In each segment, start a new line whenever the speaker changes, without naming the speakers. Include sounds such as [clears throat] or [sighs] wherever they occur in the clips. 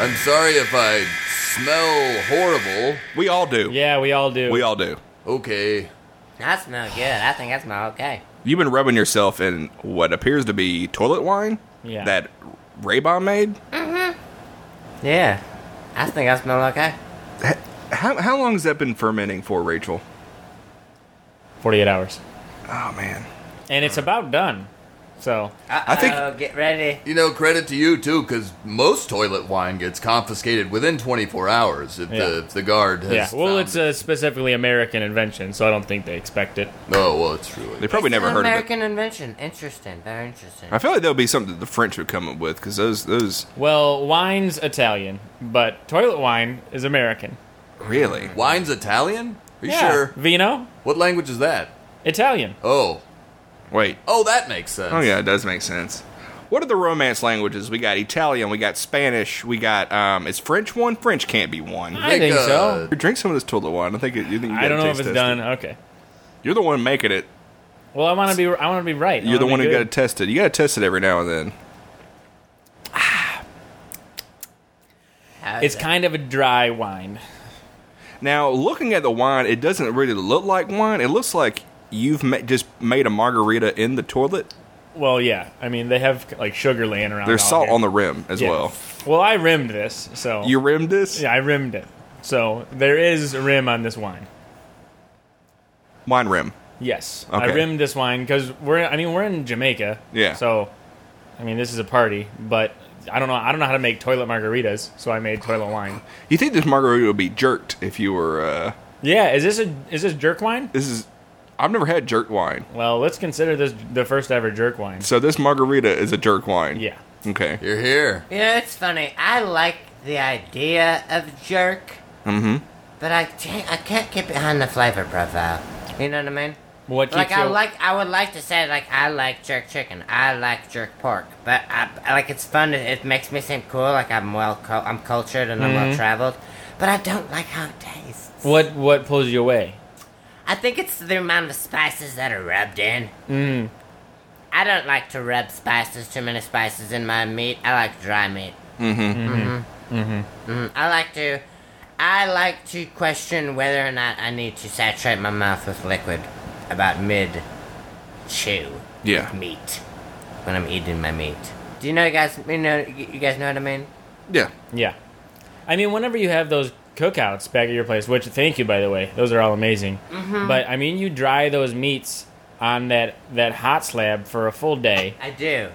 I'm sorry if I smell horrible.
We all do.
Yeah, we all do.
We all do.
Okay.
I smell good. I think I smell okay.
You've been rubbing yourself in what appears to be toilet wine
Yeah.
that Raybon made.
Yeah. I think I smell okay.
How, how long has that been fermenting for, Rachel?
48 hours.
Oh, man.
And
Uh-huh.
it's about done. So,
I think-
Uh-oh, Get ready.
You know, credit to you too, because most toilet wine gets confiscated within 24 hours if,
Yeah.
the, if the guard has.
yeah. Well,
found
it's uh,
it.
a specifically American invention, so I don't think they expect it.
Oh well, it's really.
They probably
It's
never
an
heard of it.
American invention. Interesting. Very interesting.
I feel like that would be something that the French would come up with because those, those,
Well, wine's Italian, but toilet wine is American.
really.
Wine's Italian? Are you
Yeah.
sure?
Vino?
What language is that?
Italian.
Oh,
Wait.
oh, that makes sense.
Oh, yeah, it does make sense. What are the Romance languages? We got Italian, we got Spanish, we got, um, is French one? French can't be one.
I think so.
uh,
Drink some of this toilet wine. I think it, you think you
I don't
gotta
know if
taste
it's
test
done.
It.
Okay.
You're the one making it.
Well, I want to be. I want to be right. I
You're the
wanna
one
be
who got to
good.
test it. You got to test it every now and then.
How is
It's
it?
kind of a dry wine.
Now, looking at the wine, it doesn't really look like wine. It looks like you've ma- just made a margarita in the toilet.
Well, yeah. I mean, they have like sugar laying around.
There's
all
salt
here.
on the rim as
Oh, Yeah.
well.
Well, I rimmed this, so
You rimmed this?
yeah, I rimmed it. So there is a rim on this wine.
Wine rim.
Yes, I
Okay.
rimmed this wine because we're. I mean, we're in Jamaica.
Yeah.
So, I mean, this is a party, but I don't know. I don't know how to make toilet margaritas, so I
[laughs]
made toilet wine.
You think this margarita would be jerked if you were. Uh,
Yeah. Is this a is this jerk wine?
this is. I've never had jerk wine.
Well, let's consider this the first ever jerk wine.
So this margarita is a jerk wine.
Yeah.
Okay.
You're here.
You know, it's funny. I like the idea of jerk. Mm-hmm. But I can't, I can't get behind the flavor profile. You know what I mean?
What keeps
Like I
you-
like, I would like to say like I like jerk chicken, I like jerk pork, but I I like it's fun. It, it makes me seem cool. Like I'm well, cul- I'm cultured and I'm
Mm-hmm.
well traveled, but I don't like how it tastes.
What what pulls you away?
I think it's the amount of spices that are rubbed in. Mm. I don't like to rub spices, too many spices in my meat. I like dry meat. Mm-hmm. Mm-hmm. Mm-hmm. I like to, I like to question whether or not I need to saturate my mouth with liquid about mid chew
Yeah.
meat when I'm eating my meat. Do you know, you guys? You know, you guys know what I mean?
Yeah.
Yeah. I mean, whenever you have those cookouts back at your place, which thank you by the way, those are all amazing.
Mm-hmm.
But I mean, you dry those meats on that that hot slab for a full day
I do.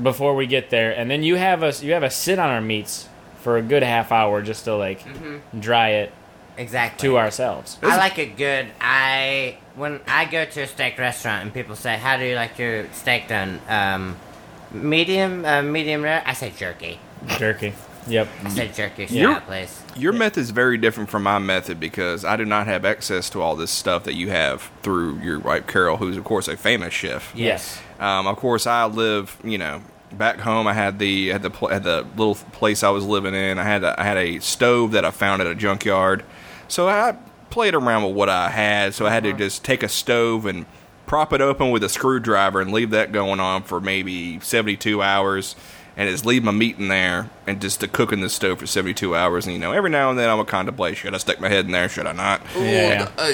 before we get there, and then you have us you have us sit on our meats for a good half hour just to like dry it
Exactly.
to ourselves.
I like a good. I when I go to a steak restaurant and people say, "How do you like your steak done?" Um, medium, uh, medium rare. I say jerky.
Jerky. Yep.
I say jerky.
Yeah.
Yeah, please.
Your method is very different from my method because I do not have access to all this stuff that you have through your wife Carol, who's of course a famous chef.
Yes.
Um, of course, I live, you know, back home. I had the had the pl- had the little place I was living in. I had a, I had a stove that I found at a junkyard, so I played around with what I had. So I had to just take a stove and prop it open with a screwdriver and leave that going on for maybe seventy two hours. And just leave my meat in there and just to cook in the stove for 72 hours. And, you know, every now and then I'm a contemplate. Should I stick my head in there? Should I not?
Yeah.
Ooh, I,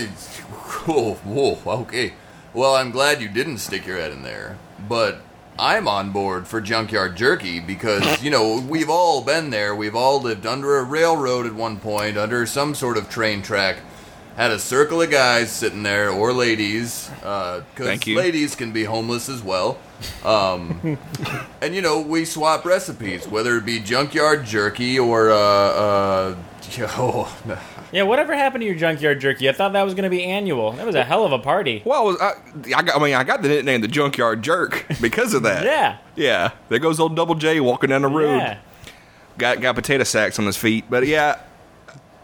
whoa, whoa, okay. Well, I'm glad you didn't stick your head in there, but I'm on board for junkyard jerky because, you know, we've all been there. We've all lived under a railroad at one point, under some sort of train track. Had a circle of guys sitting there, or ladies, because
Thank you.
ladies can be homeless as well.
[laughs]
Um, and you know, we swap recipes, whether it be junkyard jerky or uh, uh, [laughs] oh,
Yeah, whatever happened to your junkyard jerky? I thought that was going to be annual. That was a hell of a party.
Well, I, was, I, I, got, I mean, I got the nickname the Junkyard Jerk because of that.
[laughs] Yeah.
Yeah, there goes old Double J walking down the road.
Yeah.
Got got potato sacks on his feet, but yeah.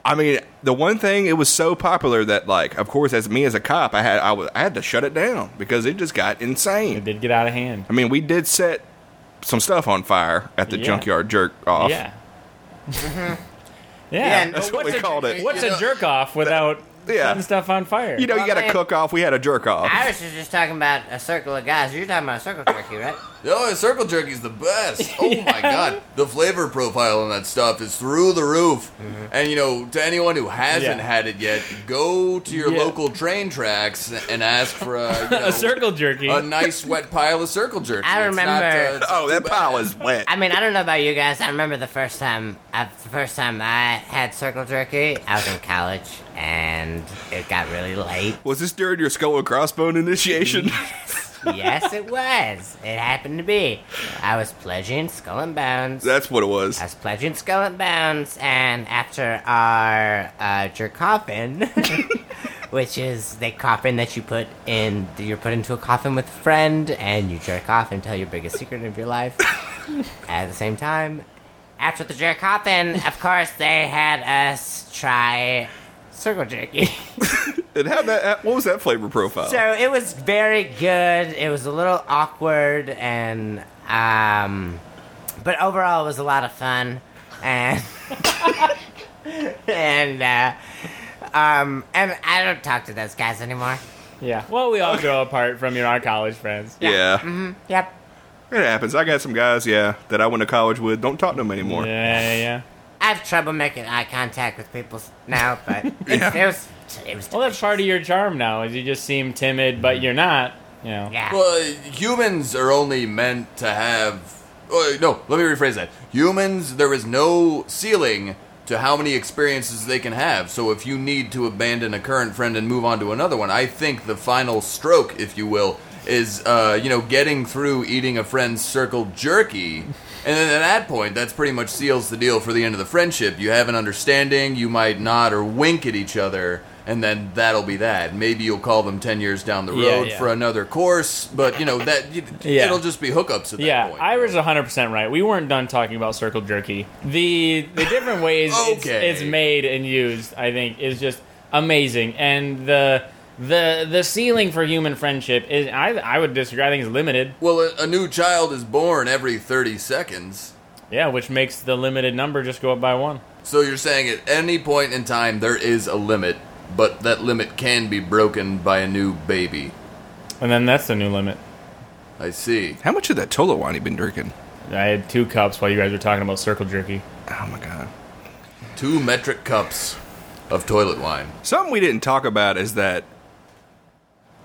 I mean, the one thing it was so popular that, like, of course, as me as a cop, I had I was I had to shut it down because it just got
It
insane.
did get out of hand.
I mean, we did set some stuff on fire at the
Yeah.
junkyard jerk off.
Yeah. yeah.
no-
that's what
what's
we
a-
called it.
What's
You
a
know,
jerk off without
yeah.
setting stuff on fire.
You know, you got
Well,
a
I-
cook off. We had a jerk off.
Iris was just talking about a circle of guys. You're talking about a circle jerky, right?
Oh, circle jerky's the
[laughs]
best. Oh my god, the flavor profile on that stuff is through the roof.
Mm-hmm.
And you know, to anyone who hasn't
Yeah.
had it yet, go to your
Yeah.
local train tracks and ask for a, you know,
[laughs] a circle jerky.
a nice wet pile of circle jerky.
I
It's not,
remember-
uh, it's
Oh,
not
that
too
pile
bad.
is wet.
I mean, I don't know about you guys. I remember the first time, uh, the first time I had circle jerky. I was in college, and it got really late.
Was this during your skull and crossbone
[laughs]
initiation?
yes, it was. It happened to be. I was pledging Skull and Bones.
That's what it was.
I was pledging Skull and Bones, and after our uh, jerk coffin, [laughs] which is the coffin that you put in, you're put into a coffin with a friend, and you jerk off and tell your biggest secret of your life at the same time. After the jerk coffin, of course, they had us try circle jerky. [laughs]
It had that. What was that flavor profile?
So it was very good. It was a little awkward and um but overall it was a lot of fun and [laughs] and uh um and I don't talk to those guys anymore.
yeah. Well, we all grow apart from you know, our college friends.
yeah,
Mm-hmm. Yep.
it happens. I got some guys, yeah, that I went to college with. Don't talk to them anymore.
Yeah, yeah, yeah.
I have trouble making eye contact with people now,
[laughs]
but it's it was it was
Well, that's part of your charm now. Is you just seem timid, but you're not. You know.
yeah.
Well, humans are only meant to have. Oh, no, let me rephrase that. Humans, there is no ceiling to how many experiences they can have. So if you need to abandon a current friend and move on to another one, I think the final stroke, if you will, is uh, you know getting through eating a friend's circle jerky. And then at that point, that's pretty much seals the deal for the end of the friendship. You have an understanding. You might nod or wink at each other, and then that'll be that. Maybe you'll call them ten years down the road
Yeah, yeah.
for a another course, but you know that you,
Yeah.
it'll just be hookups at that
Yeah,
point.
Ira's 100% right. We weren't done talking about circle jerky. The the different
[laughs]
ways it's-
Okay.
it's, made and used, I think, is just amazing. And the the the ceiling for human friendship is I I would disagree. I think it's limited.
well, a, a new child is born every thirty seconds,
Yeah, which makes the limited number just go up by one.
so you're saying at any point in time there is a limit, but that limit can be broken by a new baby.
And then that's the new limit.
I see.
How much of that Tolo wine you been drinking?
I had two cups while you guys were talking about circle jerky.
Oh my god.
Two metric cups of toilet wine.
Something we didn't talk about is that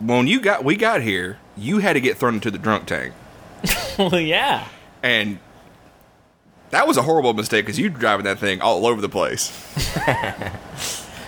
when you got we got here, you had to get thrown into the drunk tank,
[laughs] well, yeah.
and that was a horrible mistake because you driving that thing all over the place.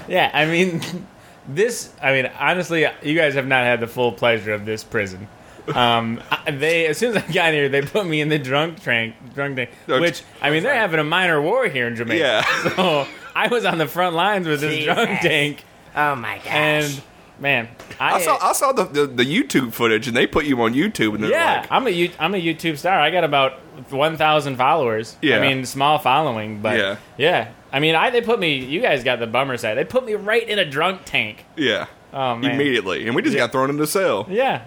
Yeah, I mean, [laughs] this. I mean, honestly, you guys have not had the full pleasure of this prison. Um, I- they as soon as I got here, they put me in the drunk tank, drunk tank.
Oh,
Which I mean, they're having a minor war here in Jamaica. [laughs]
Yeah.
So I was on the front lines with this
Jesus.
drunk tank,
Oh my gosh.
and man,
[laughs]
I,
I saw I saw the, the, the YouTube footage, and they put you on YouTube, and they're
yeah,
like,
I'm a you- I'm a YouTube star. I got about one thousand followers.
Yeah.
I mean, small following, but
Yeah.
yeah, I mean, I they put me. You guys got the bummer side. They put me right in a drunk tank.
yeah,
Oh, man.
immediately, and we just
Yeah.
got thrown into the cell.
Yeah.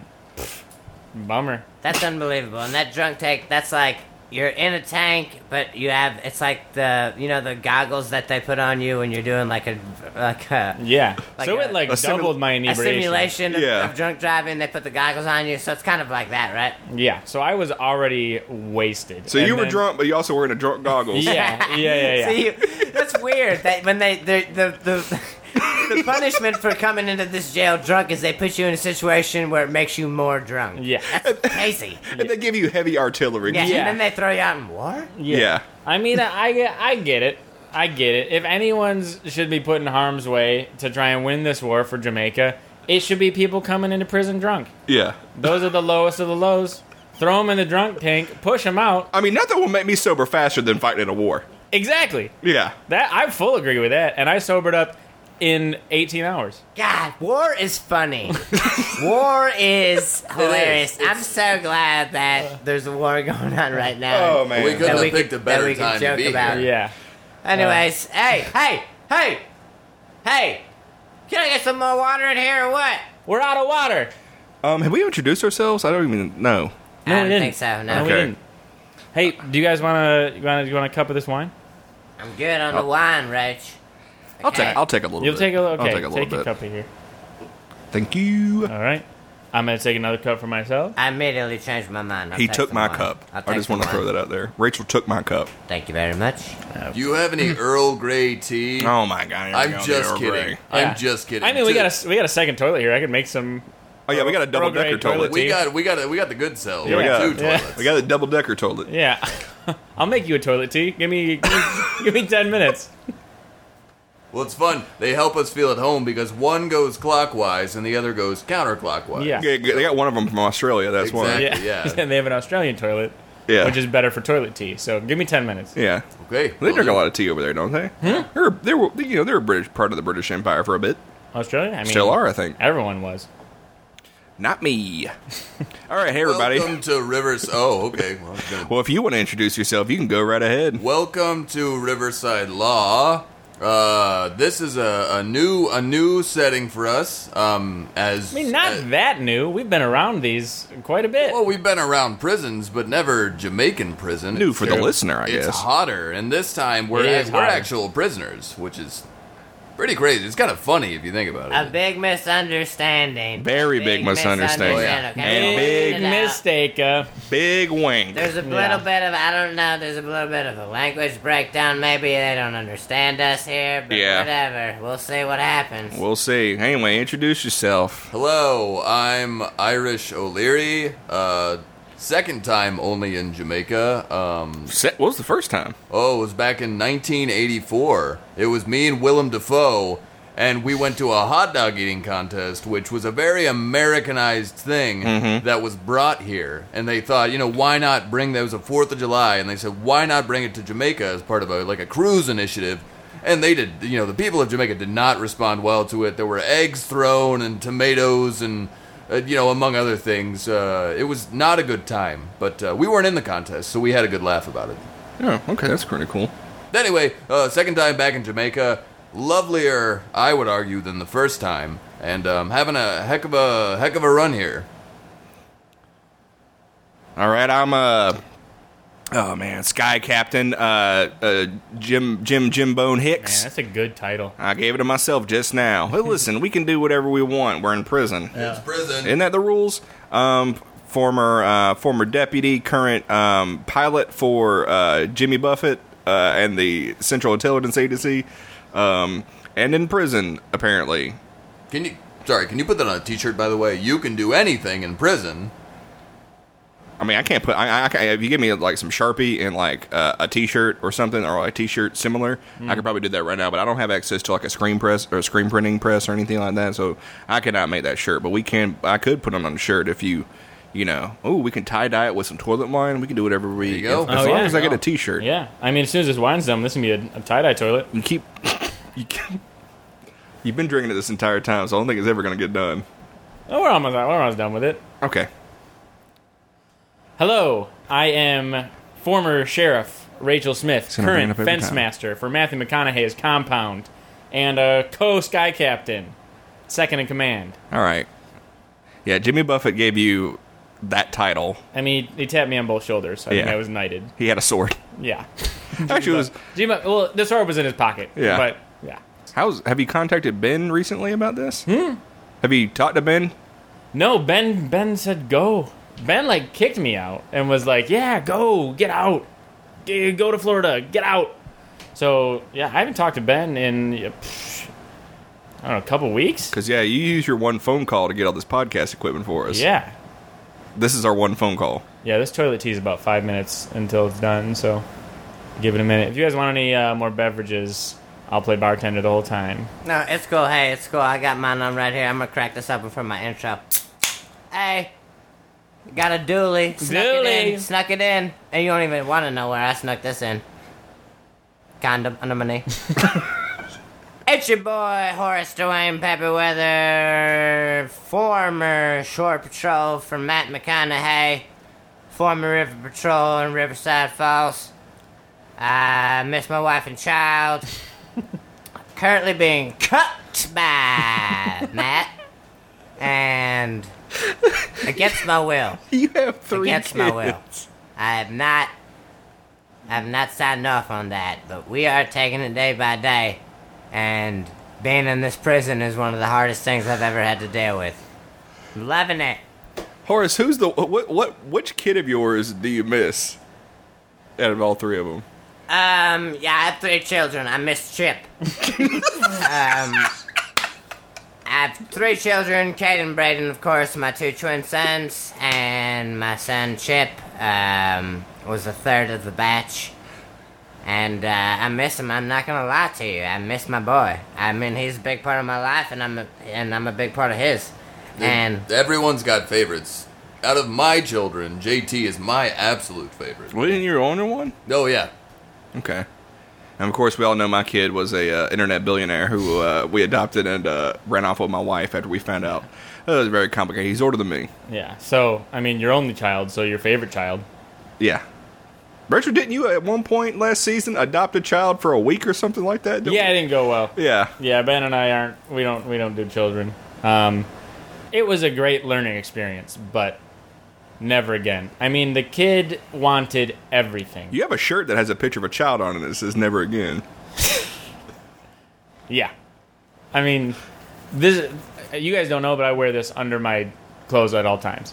Bummer.
That's unbelievable. And that drunk tank, that's like you're in a tank, but you have it's like the you know the goggles that they put on you when you're doing like a like a,
Yeah.
Like
so
a-
it like
A simu-
doubled my
a
inebriation.
simulation of,
Yeah.
of drunk driving. They put the goggles on you, so it's kind of like that, right?
Yeah. So I was already wasted.
So
And
you were
then-
drunk, but you also were in a drunk goggles.
[laughs]
Yeah. Yeah. Yeah. yeah.
See, that's weird. That when they the the. the the punishment for coming into this jail drunk is they put you in a situation where it makes you more drunk.
Yeah.
That's crazy.
and they give you heavy artillery.
[laughs]
Yeah,
Yeah.
and then they throw you out in war?
Yeah.
I mean, I get, I get it. I get it. If anyone's should be put in harm's way to try and win this war for Jamaica, it should be people coming into prison drunk.
Yeah.
Those are the lowest of the lows. Throw them in the drunk tank. Push them out.
I mean, nothing will make me sober faster than fighting in a war.
Exactly.
Yeah.
That I full agree with that. And I sobered up in 18 hours.
God, war
[laughs]
is funny. war is hilarious. I'm so glad that there's a war going on right now.
Uh. Oh, man.
We couldn't
That we
have picked
could-
a better
that we could
time to
joke
be
about.
here.
Yeah.
Anyways,
Uh.
hey, hey, hey, hey, can I get some more water in here or what?
We're out of water.
Um, have we introduced ourselves? I don't even know.
No, we
I don't
didn't.
think so. No,
No, we
Okay.
didn't. Hey, do you guys want to you want to you want a cup of this wine?
Oh.
I'm good on the wine, Roach.
I'll take
Okay.
I'll take a little
You'll
bit.
take a little. Uh,
I'll
Okay,
take a little bit.
cup of here.
Thank you.
All right. I'm gonna take another cup for myself.
I immediately changed my mind. I'll
he
take
took
some
my
wine.
cup.
I'll
I
take
just
some
want to throw
wine.
that out there. Rachel took my cup.
Thank you very much.
Do you have any Earl Grey tea?
Oh my god! here we go,
I'm
the
just
Earl
kidding.
Grey.
Yeah.
I'm just kidding.
I mean, we
Two-
got a s- we got a second toilet here. I could make some.
Oh yeah, we got a double
Earl Grey
decker toilet.
toilet
we
tea.
got we got we got the good cell.
we got-
two
yeah.
toilets.
We got a double decker toilet.
Yeah, [laughs] I'll make you a toilet tea. Give me give me, [laughs] give me ten minutes.
Well, it's fun. They help us feel at home because one goes clockwise and the other goes counterclockwise.
Yeah.
They they got one of them from Australia. That's
Exactly.
why.
Yeah,
Yeah.
[laughs] and they have an Australian toilet,
Yeah.
which is better for toilet tea. So give me ten minutes.
Yeah.
Okay.
They drink a lot of tea over there, don't they? They're, they were, you know, they're a British part of the British Empire for a bit.
Australia, I mean,
Still are, I think.
Everyone was.
Not me. [laughs] All right, hey everybody.
Welcome to Rivers. Oh, okay. Well, good.
Well, if you want to introduce yourself, you can go right
[laughs]
ahead.
Welcome to Riverside Law. Uh, this is a, a new a new setting for us. Um, as
I mean, not
uh,
that new. We've been around these quite a bit.
Well, we've been around prisons, but never Jamaican prison.
New
It's
for the
true.
listener, I
it's
guess.
hotter, and this time we're
It is
we're
hotter.
actual prisoners, which is pretty crazy. It's kind of funny if you think about it.
A big misunderstanding.
Very big misunderstanding.
misunderstanding,
Oh, yeah.
okay?
And
We'll
Big
point it out.
mistake. Uh,
Big wing.
There's a
Yeah.
little bit of I don't know. There's a little bit of a language breakdown. Maybe they don't understand us here, but
Yeah.
whatever. We'll see what happens.
We'll see. Anyway, introduce yourself.
Hello, I'm Irish O'Leary. Uh, second time only in Jamaica. Um,
Se- What was the first time?
oh, it was back in 1984. It was me and Willem Dafoe, and we went to a hot dog eating contest, which was a very Americanized thing that was brought here. And they thought, you know, why not bring that? It was a 4th of July, and they said, why not bring it to Jamaica as part of a like a cruise initiative? And they did, you know, the people of Jamaica did not respond well to it. There were eggs thrown and tomatoes and, uh, you know, among other things. Uh, it was not a good time, but uh, we weren't in the contest, so we had a good laugh about it.
Oh, okay, that's pretty cool.
Anyway, uh, second time back in Jamaica, lovelier, I would argue, than the first time, and um, having a heck of a heck of a run here.
All right, I'm uh Oh man, Sky Captain, uh, uh Jim Jim Jim Bone
man,
Hicks.
that's a good title.
I gave it to myself just now. Hey, listen, we can do whatever we want. We're in prison.
Uh,
It's prison.
Isn't that the rules? Um, former uh, former deputy, current um, pilot for uh, Jimmy Buffett uh, and the Central Intelligence Agency, um, and in prison apparently.
can you? Sorry, can you put that on a T-shirt? By the way, you can do anything in prison.
I mean, I can't put. I, I, I if you give me like some sharpie and like uh, a T-shirt or something, or a T-shirt similar, I could probably do that right now. But I don't have access to like a screen press or a screen printing press or anything like that, so I cannot make that shirt. But we can. I could put it on a shirt if you, you know. Oh, we can tie dye it with some toilet wine. We can do whatever we.
you go.
If, as
Oh,
long
yeah.
as I get a T-shirt,
Yeah, I mean, as soon as this wine's done, this is gonna be a, a tie dye toilet.
you keep. [laughs] You keep you've been drinking it this entire time, so I don't think it's ever going to get done.
Oh, we're almost we're almost done with it.
Okay.
Hello, I am former sheriff Rachel Smith,
gonna bring it
current
up every
fence
time.
master for Matthew McConaughey's compound, and a co sky captain, second in command.
All right. Yeah, Jimmy Buffett gave you that title.
I mean, he tapped me on both shoulders. So I think
Yeah.
I was knighted.
He had a sword.
Yeah.
Actually, it was
Jima, well, the sword was in his pocket.
Yeah.
But, yeah.
How's have you contacted Ben recently about this? Hmm? Have you talked to Ben?
No, Ben Ben said go. Ben like kicked me out and was like, "Yeah, go, get out, G- go to Florida, get out." So yeah, I haven't talked to Ben in uh, psh, I don't know a couple weeks.
Because yeah, you use your one phone call to get all this podcast equipment for us.
Yeah,
this is our one phone call.
yeah. This toilet tea is about five minutes until it's done, so give it a minute. If you guys want any uh, more beverages, I'll play bartender the whole time.
No, it's cool. Hey, it's cool. I got mine on right here. I'm gonna crack this open for my intro. Hey, got a dooley. Snuck it in.
Dooley.
Snuck it in. And you don't even want to know where I snuck this in. Condom under my knee. it's your boy Horace Dwayne Pepperweather, former Shore Patrol for Matt McConaughey, former River Patrol in Riverside Falls. I miss my wife and child currently being cooked by [laughs] Matt, and against my will,
[laughs] You have three
against my will, I have not, I have not signed off on that. But we are taking it day by day, And being in this prison is one of the hardest things I've ever had to deal with. I'm loving it.
Horace, who's the what? What? Which kid of yours do you miss? Out of all three of them,
Um, yeah, I have three children. I miss Chip. um, I have three children: Kate and Braden, of course, my two twin sons, and my son Chip um, was the third of the batch. And uh, I miss him. I'm not gonna lie to you. I miss my boy. I mean, he's a big part of my life, and I'm a, and I'm a big part of his. And
Everyone's got favorites. Out of my children, JT is my absolute favorite.
wasn't your older one?
Oh yeah,
Okay. And of course, we all know my kid was a uh, internet billionaire who uh, we adopted and uh, ran off with my wife after we found out. Uh, it was very complicated. He's older than me.
Yeah. So, I mean, your only child, so your favorite child.
Yeah. Richard, didn't you at one point last season adopt a child for a week or something like that? Didn't
Yeah, it
we?
didn't go well.
Yeah.
Yeah, Ben and I aren't. We don't. We don't do children. Um, it was a great learning experience, but never again. I mean, the kid wanted everything.
You have a shirt that has a picture of a child on it that says "Never Again."
Yeah. I mean, this. You guys don't know, but I wear this under my clothes at all times.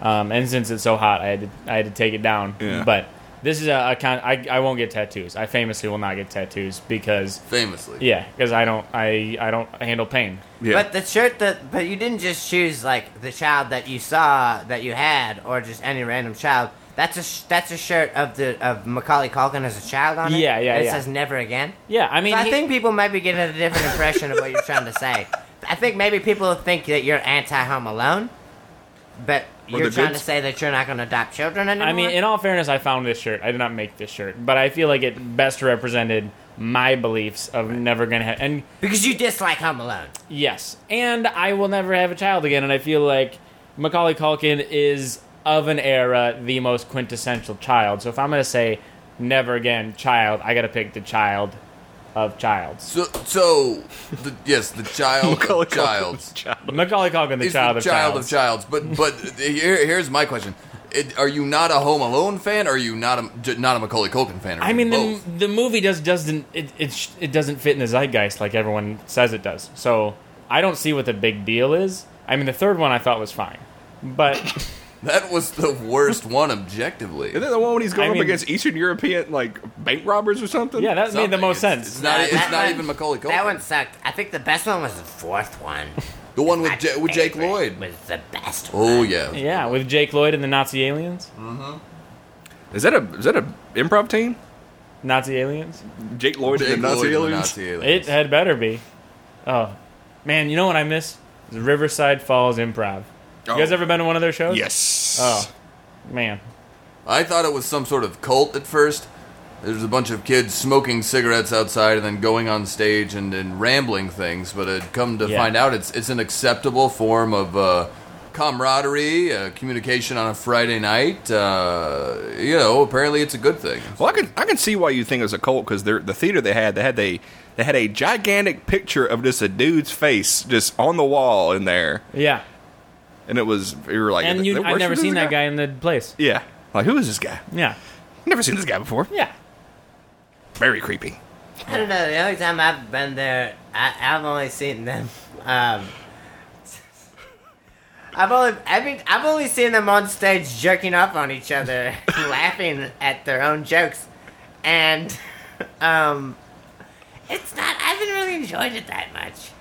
Um, and since it's so hot, I had to I had to take it down.
Yeah.
But this is a, a kind. I I won't get tattoos. I famously will not get tattoos because
famously.
yeah, because I don't I I don't handle pain.
Yeah.
But the shirt that, but you didn't just choose like the child that you saw that you had, or just any random child. That's a sh- that's a shirt of the of Macaulay Culkin as a child on it.
Yeah, yeah,
and It
yeah.
says never again.
Yeah, I
So
mean,
I
he-
think people might be getting a different impression of what you're trying to say. I think maybe people think that you're anti Home Alone, but
Well,
you're
the
trying
goods-
to say that you're not going to adopt children anymore.
I mean, in all fairness, I found this shirt. I did not make this shirt, but I feel like it best represented my beliefs of never gonna have. And
because you dislike Home Alone.
yes, and I will never have a child again. And I feel like Macaulay Culkin is of an era the most quintessential child. So if I'm gonna say never again child, I gotta pick the child of childs.
So, so the, yes, the child
Macaulay
of
Culkin was
childs.
a child.
Macaulay Culkin, the
He's
child
the
of
child
childs.
of childs. But
[laughs]
but here, here's my question: it, Are you not a Home Alone fan? Or are you not a j- not a Macaulay Culkin fan? Or
I mean, the,
both?
the movie just doesn't it, it sh- it doesn't fit in the zeitgeist like everyone says it does. So I don't see what the big deal is. I mean, the third one I thought was fine, but
that was the worst one objectively.
Isn't that the one when he's going
I
up
mean-
against Eastern European like bank robbers or something?
yeah, that made
Something.
the most
It's-
sense.
It's not, e-,
Uh,
it's
that
not
one-
even Macaulay Culkin.
That one sucked. I think the best one was the fourth one.
the one [laughs] with
My
J- with Jake
favorite
Lloyd.
was the best. one.
oh yeah,
yeah, with Jake Lloyd and the Nazi aliens,
Is that a is that a improv team?
Nazi aliens.
Jake Lloyd
Jake
and the Nazi
Lloyd and the
aliens.
Nazi
It
aliens.
had better be. Oh man, you know what I miss? The Riverside Falls Improv. You guys
Oh.
ever been to one of their shows?
Yes.
Oh man,
I thought it was some sort of cult at first. There's a bunch of kids smoking cigarettes outside and then going on stage and, and rambling things, but it come to
Yeah.
find out it's it's an acceptable form of uh, camaraderie, uh, communication on a Friday night. Uh, you know, apparently it's a good thing.
Well, I can I can see why you think it's a cult because the theater they had they had a they had a gigantic picture of just a dude's face just on the wall in there,
yeah.
and it was you were like,
And
"They
you,
worship
I've never
this
seen that guy in the place.
Yeah, like who is this guy?
Yeah,
Never seen this guy before.
yeah.
Very creepy.
I don't know. The only time I've been there, I, I've only seen them. Um, I've only, I mean, I've only seen them on stage jerking off on each other, [laughs] laughing at their own jokes, and um, it's not. I haven't really enjoyed it that much.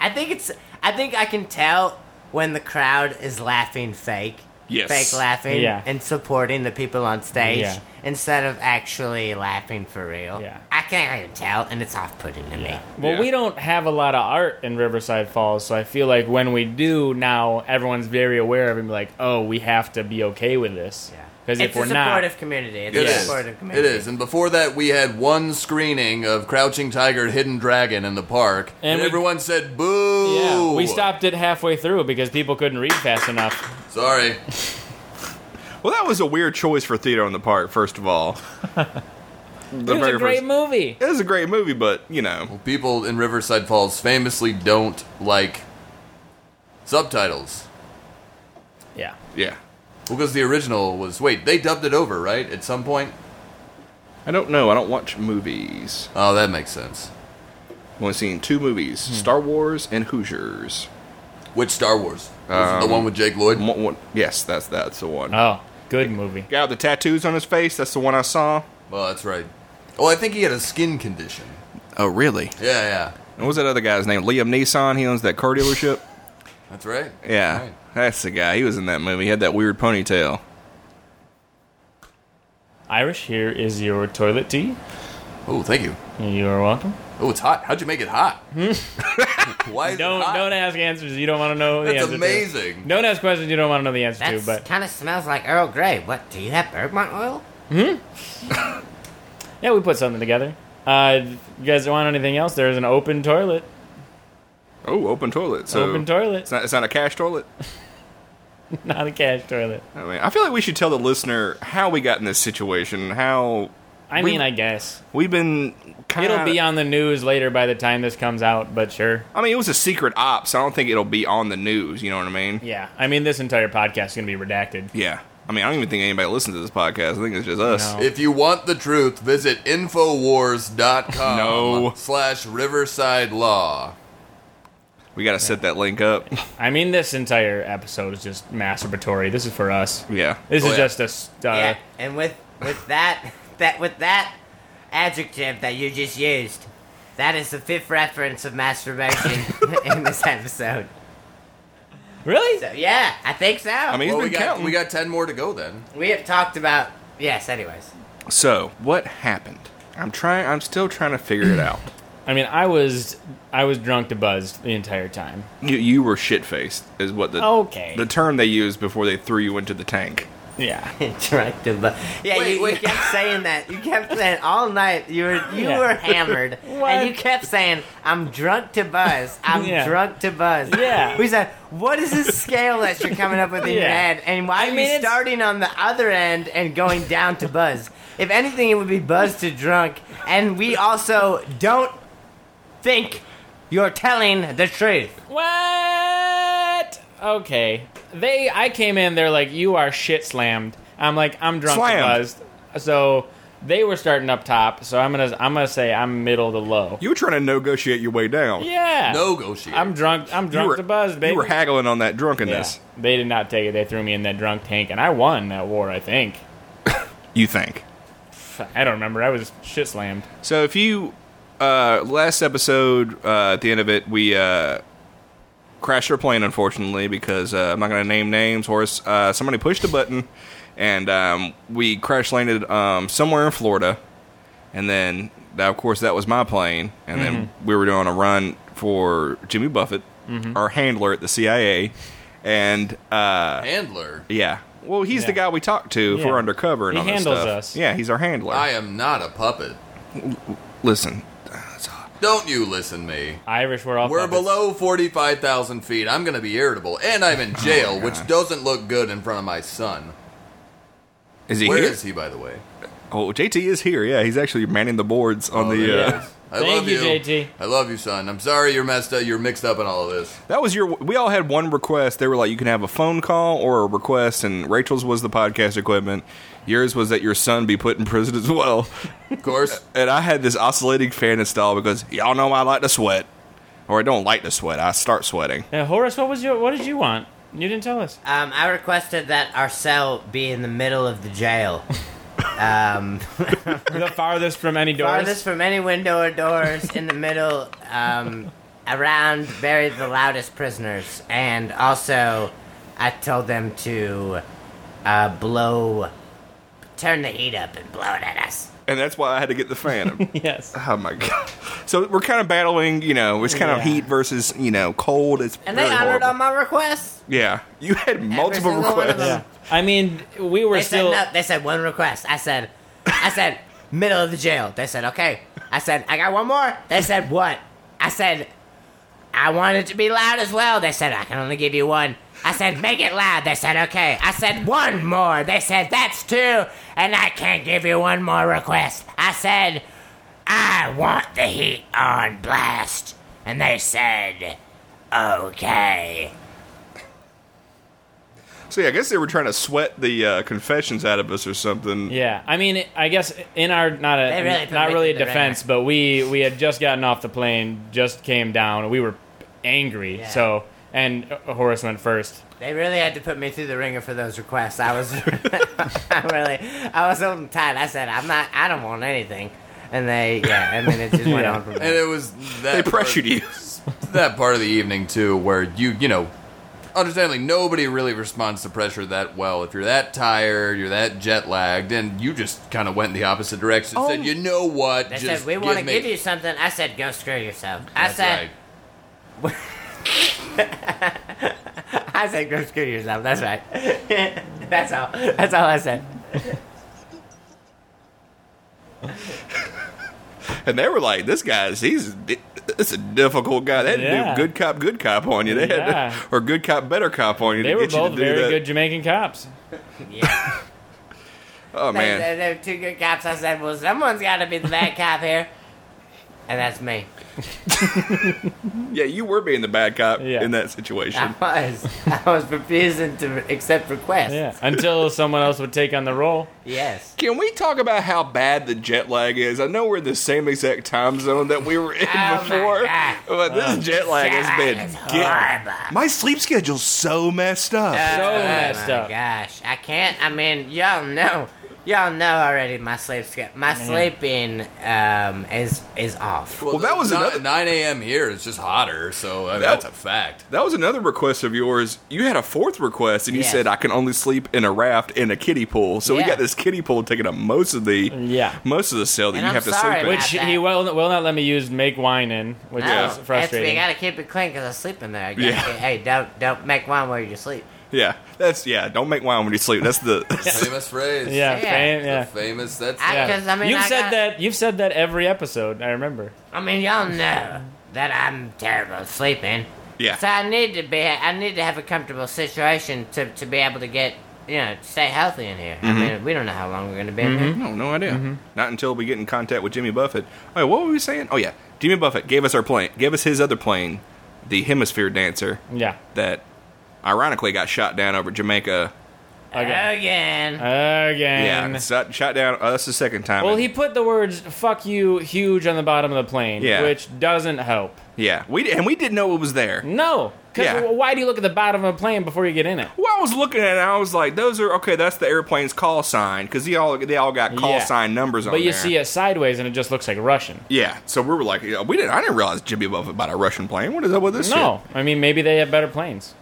I think it's. I think I can tell when the crowd is laughing fake.
Yes.
Fake laughing
Yeah.
and supporting the people on stage
Yeah.
instead of actually laughing for real.
Yeah.
I can't even tell, and it's off putting to me.
Well,
Yeah.
we don't have a lot of art in Riverside Falls, so I feel like when we do now, everyone's very aware of it and be like, oh, we have to be okay with this. Because if
it's
we're
a
not.
supportive community. It's
It
a
is.
supportive
It
community.
is. And before that, we had one screening of Crouching Tiger, Hidden Dragon in the park, and,
we-
everyone said boo.
Yeah, we stopped it halfway through because people couldn't read fast enough.
Sorry.
Well, that was a weird choice for theater on the park. First of
[laughs]
all, the
It was a great movie.
It was a great movie, but you know,
People in Riverside Falls famously don't like subtitles.
Yeah.
yeah.
Well, because the original was wait, they dubbed it over, right? At some point.
I don't know. I don't watch movies.
Oh, that makes sense.
I've only seen two movies: Star Wars and Hoosiers.
Which Star Wars? Was it the
Um,
one with Jake Lloyd?
Mo- one- yes, that's that's the one.
Oh, good movie.
Guy with the tattoos on his face—that's the one I saw.
Well, that's right. Oh, I think he had a skin condition.
Oh, really?
Yeah, yeah.
And what was that other guy's name? Liam Neeson. He owns that car [laughs] dealership.
That's right.
Yeah,
That's right.
that's the guy. He was in that movie. He had that weird ponytail.
Irish, here is your toilet tea.
Oh, thank you.
You are welcome.
Oh, it's hot. How'd you make it hot? [laughs] Why is
Hmm? Don't
it hot?
don't ask answers you don't want to know the
That's
answer
amazing.
to. Don't ask questions you don't want to know the answer
That
to. But
kind of smells like Earl Grey. What, do you have bergamot oil?
yeah, we put something together. Uh, you guys want anything else? There's an open toilet.
Oh, open toilet. So
open toilet,
It's not, it's not a cash toilet.
not a cash toilet.
I mean, I feel like we should tell the listener how we got in this situation. How
I
We-
mean, I guess
we've been. Kinda,
it'll be on the news later by the time this comes out. But sure,
I mean, it was a secret ops. I don't think it'll be on the news. You know what I mean?
yeah. I mean, this entire podcast is gonna be redacted.
Yeah. I mean, I don't even think anybody listens to this podcast. I think it's just us.
No.
If you want the truth, visit Infowars.com
No.
slash Riverside Law.
We got to set that link up. [laughs]
I mean, this entire episode is just masturbatory. This is for us.
yeah.
This
Oh,
is
yeah.
just a. s- Uh,
yeah, and with with that [laughs] that with that adjective that you just used, that is the fifth reference
[laughs]
of masturbation in this episode.
Really?
So yeah, I think so.
I mean, he's
Well, we
been
got,
counting.
we got 10 more to go then.
we have talked about yes. Anyways,
so, what happened? I'm trying. I'm still trying to figure it out. [clears throat]
I mean, I was I was drunk to buzzed the entire time.
You you were shit faced is what the
Okay.
the term they used before they threw you into the tank.
Yeah.
[laughs] drunk to bu- Yeah,
Wait,
you,
wait.
you kept saying that. You kept saying all night. You were you
Yeah. [laughs]
were hammered,
What?
and you kept saying, "I'm drunk to buzz. I'm
Yeah.
drunk to buzz."
Yeah.
We said, "What is this scale that you're coming up with in your
Yeah.
head, and why
I
are
mean,
you
it's-
starting on the other end and going down to buzz? If anything, it would be buzz to drunk, and we also don't think you're telling the truth."
What? Okay. They I came in. They're like, you are shit slammed. I'm like, I'm drunk
Slammed.
to buzzed. So they were starting up top. So I'm gonna I'm gonna say I'm middle to low.
You were trying to negotiate your way down.
[laughs] Yeah.
No go shit.
I'm drunk. I'm
you
drunk
were,
to buzzed, baby.
You were haggling on that
Yeah.
drunkenness.
They did not take it. They threw me in that drunk tank, and I won that war. I think.
You think?
I don't remember. I was shit slammed.
So if you uh, last episode uh, at the end of it we uh, crashed our plane unfortunately because uh, I'm not going to name names. Horace, uh, somebody pushed a button and um, we crash landed um, somewhere in Florida, and then that, of course that was my plane, and then
Mm-hmm.
we were doing a run for Jimmy Buffett, our handler at the CIA, and uh,
Handler.
yeah. Well, he's the guy
Yeah.
we talked to if
Yeah.
we're undercover and
He
all this
handles
stuff.
us.
Yeah, he's our handler.
I am not a puppet.
Listen,
Don't you listen me.
Irish were all.
We're
puppets.
below 45,000 feet. I'm going to be irritable. And I'm in jail, which
Oh gosh.
doesn't look good in front of my son.
is he
Where
here?
is he, by the way?
Oh, JT is here. Yeah, he's actually manning the boards on
Oh,
the.
there
Uh,
he is. I
Thank
love
you, JT.
I love you, son. I'm sorry you're messed up. You're mixed up in all of
[laughs]
this.
That was your. We all had one request. They were like, you can have a phone call or a request, and Rachel's was the podcast equipment. Yours was that your son be put in prison as well.
Of course.
and I had this oscillating fan installed because y'all know I like to sweat, or I don't like to sweat. I start sweating.
Now, Horace, what was your? What did you want? You didn't tell us.
Um, I requested that our cell be in the middle of the [laughs] jail. Um,
the farthest from any doors.
farthest from any window or doors, in the middle, um, around very the loudest prisoners. And also, I told them to uh, blow, turn the heat up and blow it at us.
And that's why I had to get the fan.
[laughs] Yes.
oh my god! So we're kind of battling. You know, it's kind of
Yeah.
heat versus you know cold. It's
And
really
they honored
horrible.
all my requests.
Yeah, you had multiple
single one of
requests.
them.
Yeah. I mean, we were
They
still.
said no. They said one request. I said, I said middle of the jail. They said okay. I said I got one more. They said what? I said I want it to be loud as well. They said I can only give you one. I said make it loud. They said okay. I said one more. They said that's two, and I can't give you one more request. I said I want the heat on blast, and they said okay.
So yeah, I guess they were trying to sweat the uh, confessions out of us or something.
Yeah, I mean, I guess in our not a
They really put
not
me
really a
through the
defense, but we we had just gotten off the plane, just came down, and we were angry.
Yeah.
So and Horace went first.
They really had to put me through the ringer for those requests. I was, [laughs] I really, I was on tight. I said, I'm not, I don't want anything. And they, yeah, and then it just went
Yeah.
on from
And
there.
it was that
They
part-
pressured you.
that part of the evening too, where you you know, understandably nobody really responds to pressure that well. If you're that tired, you're that jet lagged, and you just kind of went in the opposite direction. and said, you know what?
Oh. They
just
said, we want to
me-
give you something. I said, go screw yourself.
That's
I said,
right.
[laughs] I said, go screw yourself. That's right. [laughs] That's all. That's all I said.
And they were like, "This guy's he's it's a difficult guy. They had
Yeah.
to do good cop, good cop on you. They had
Yeah.
to, or good cop, better cop on you.
They
to
were
get you
both
to do
very
that.
good Jamaican cops.
Yeah.
Oh
they,
man,
they, they were two good cops. I said, well, someone's got to be the bad cop here. And that's me.
yeah, you were being the bad cop
Yeah.
in that situation.
I was. [laughs] I was refusing to accept requests.
Yeah,
[laughs]
until someone else would take on the role.
Yes.
Can we talk about how bad the jet lag is? I know we're in the same exact time zone that we were in
[laughs] Oh, my
before,
God.
but
Oh.
this jet lag has been.
It's
get-
horrible.
my sleep schedule's so messed up.
So
oh
messed
my
up.
Gosh, I can't. I mean, y'all know, y'all know already. My sleep schedule, my sleeping um is is off.
Well, that was
it's not-
another-
nine a.m. here. It's just hotter, so I mean,
That-
that's a fact.
that was another request of yours. You had a fourth request, and you
Yes.
said I can only sleep in a raft in a kiddie pool. So we
Yeah.
got this kiddie pool taking up most of the
Yeah.
most of the cell that
And
you
I'm
have to
sorry
sleep in.
about
Which
that.
he will, will not let me use make wine in, which
No,
is
that's-
frustrating.
You gotta keep it clean because I sleep in there. I gotta,
Yeah.
Hey, don't don't make wine while you sleep.
yeah, that's yeah. Don't make wine when you sleep. That's
[laughs]
the
Famous phrase.
yeah,
Yeah.
fam-
The
yeah.
famous. That's
I-
yeah.
'cause, I mean,
you've
I
said
got-
that you've said that every episode. I remember.
I mean, y'all know that I'm terrible at sleeping.
[laughs] yeah.
So I need to be. I need to have a comfortable situation to to be able to get you know stay healthy in here.
Mm-hmm.
I mean, we don't know how long we're gonna be in
Mm-hmm.
here.
No, no idea. Not until we get in contact with Jimmy Buffett. Oh, what were we saying? Oh yeah, Jimmy Buffett gave us our plane, gave us his other plane, the Hemisphere Dancer,
Yeah.
that ironically got shot down over Jamaica.
Okay.
Again.
Again.
yeah, shot, shot down. Oh, that's the second time.
Well, he put the words "fuck you" huge on the bottom of the plane,
Yeah.
which doesn't help.
yeah, we di- and we didn't know it was there.
No, because
Yeah. Oh,
why do you look at the bottom of a plane before you get in it?
Well, I was looking at it, and I was like, those are okay. That's the airplane's call sign because they all they all got call
Yeah.
sign numbers on.
But you
there.
see it sideways, and it just looks like Russian.
Yeah, so we were like, yeah, we didn't. I didn't realize Jimmy Buffett bought a Russian plane. What is up with this?
No, I mean maybe they have better planes.
shit?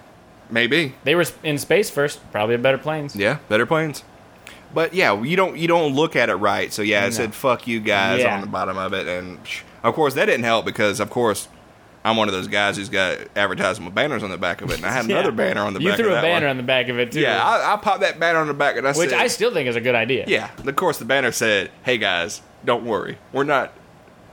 maybe.
They were in space first, probably have better planes.
Yeah, better planes. But yeah, you don't you don't look at it right. So yeah, it said "fuck you guys"
Yeah.
on the bottom of it, and psh, of course that didn't help because of course I'm one of those guys who's got advertising with banners on the back of it, and
[laughs]
I had another
Yeah.
banner on the
You
back.
threw
of
a
that
banner
one.
on the back of it too.
Yeah, I, I popped that banner on the back, and I
which
said,
I still think is a good idea.
"Yeah." Of course, the banner said, "Hey guys, don't worry, we're not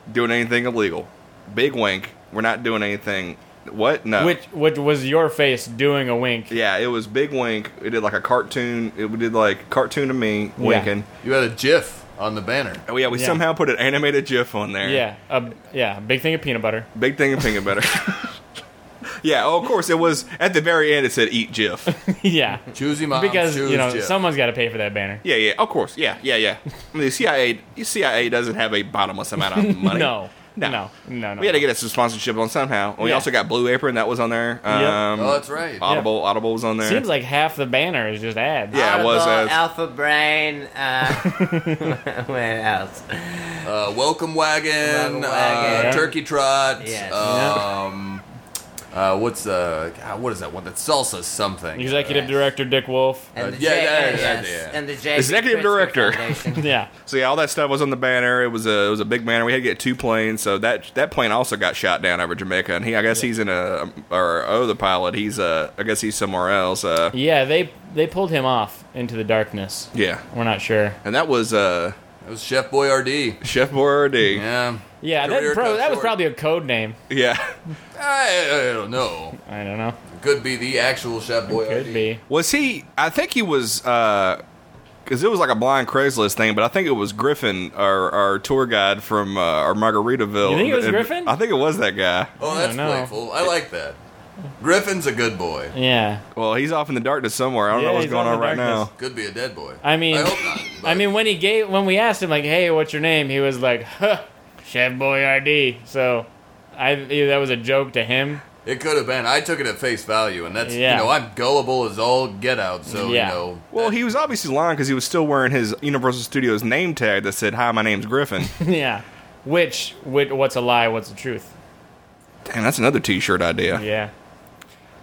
doing anything illegal." Big wink. We're not doing anything. What? No.
Which which was your face doing a wink?
Yeah, it was big wink. It did like a cartoon. It did like cartoon to me winking.
You had a GIF on the banner.
Oh yeah, we
Yeah.
somehow put an animated GIF on there.
Yeah, a, yeah, a big thing of peanut butter. [laughs]
big thing of peanut butter. [laughs] yeah, oh, of course it was at the very end. It said eat
[laughs]
GIF.
yeah,
Choosy moms
because
choose
you know
GIF.
someone's got to pay for that banner.
Yeah, yeah, of course, yeah, yeah, yeah. I mean, the CIA, the CIA doesn't have a bottomless amount of money.
[laughs] No, no, no, no.
We had to get us some sponsorship on somehow. And We
Yeah.
also got Blue Apron that was on there. Um,
Oh, that's right.
Audible, Audible was on there.
Seems like half the banner is just ads.
Yeah, it was,
Audible,
uh,
Alpha Brain. Uh, [laughs] what else?
Uh, welcome wagon,
Welcome Wagon.
Uh, turkey trot.
Yes.
Um, uh, what's uh, God, what is that one? That salsa something.
Executive
Yes.
Director Dick Wolf.
And
yeah,
the J-
yeah,
uh,
yeah,
yes,
yeah.
And the J.
Executive director.
Yeah.
so yeah, all that stuff was on the banner. It was a it was a big banner. We had to get two planes. So that that plane also got shot down over Jamaica. And he, I guess he's in a or oh the pilot. He's uh I guess he's somewhere else. Uh,
Yeah, they they pulled him off into the darkness.
yeah.
We're not sure.
And that was uh
That was Chef Boyardee.
Chef Boyardee.
Yeah.
Yeah, that,
Career
pro-
cut
that was
short.
probably a code name.
Yeah. [laughs]
I, I don't know.
I don't know.
Could be the actual Chef Boyardee.
Could be.
Was he? I think he was. uh 'cause Cause it was like a blind Craigslist thing, but I think it was Griffin, our our tour guide from uh, our Margaritaville.
You think it was
And-
Griffin?
I think it was that guy.
Oh,
I
that's
don't know.
playful. I like that. Griffin's a good boy.
Yeah.
Well, he's off in the darkness somewhere. I don't
Yeah,
know what's
he's
going
off
on
in the
right
darkness.
now.
Could be a dead boy.
I mean-
I hope not. but-
I mean, when he gave, when we asked him, like, "Hey, what's your name?" He was like, "Huh, Chef Boyardee." So, I either that was a joke to him. [laughs]
it could have been. I took it at face value, and that's
Yeah.
you know I'm gullible as all get out. So
Yeah.
you know,
Well, he was obviously lying because he was still wearing his Universal Studios name tag that said, "Hi, my name's
[laughs]
Griffin."
yeah. Which, which, what's a lie? What's the truth?
Damn, that's another T-shirt idea.
Yeah.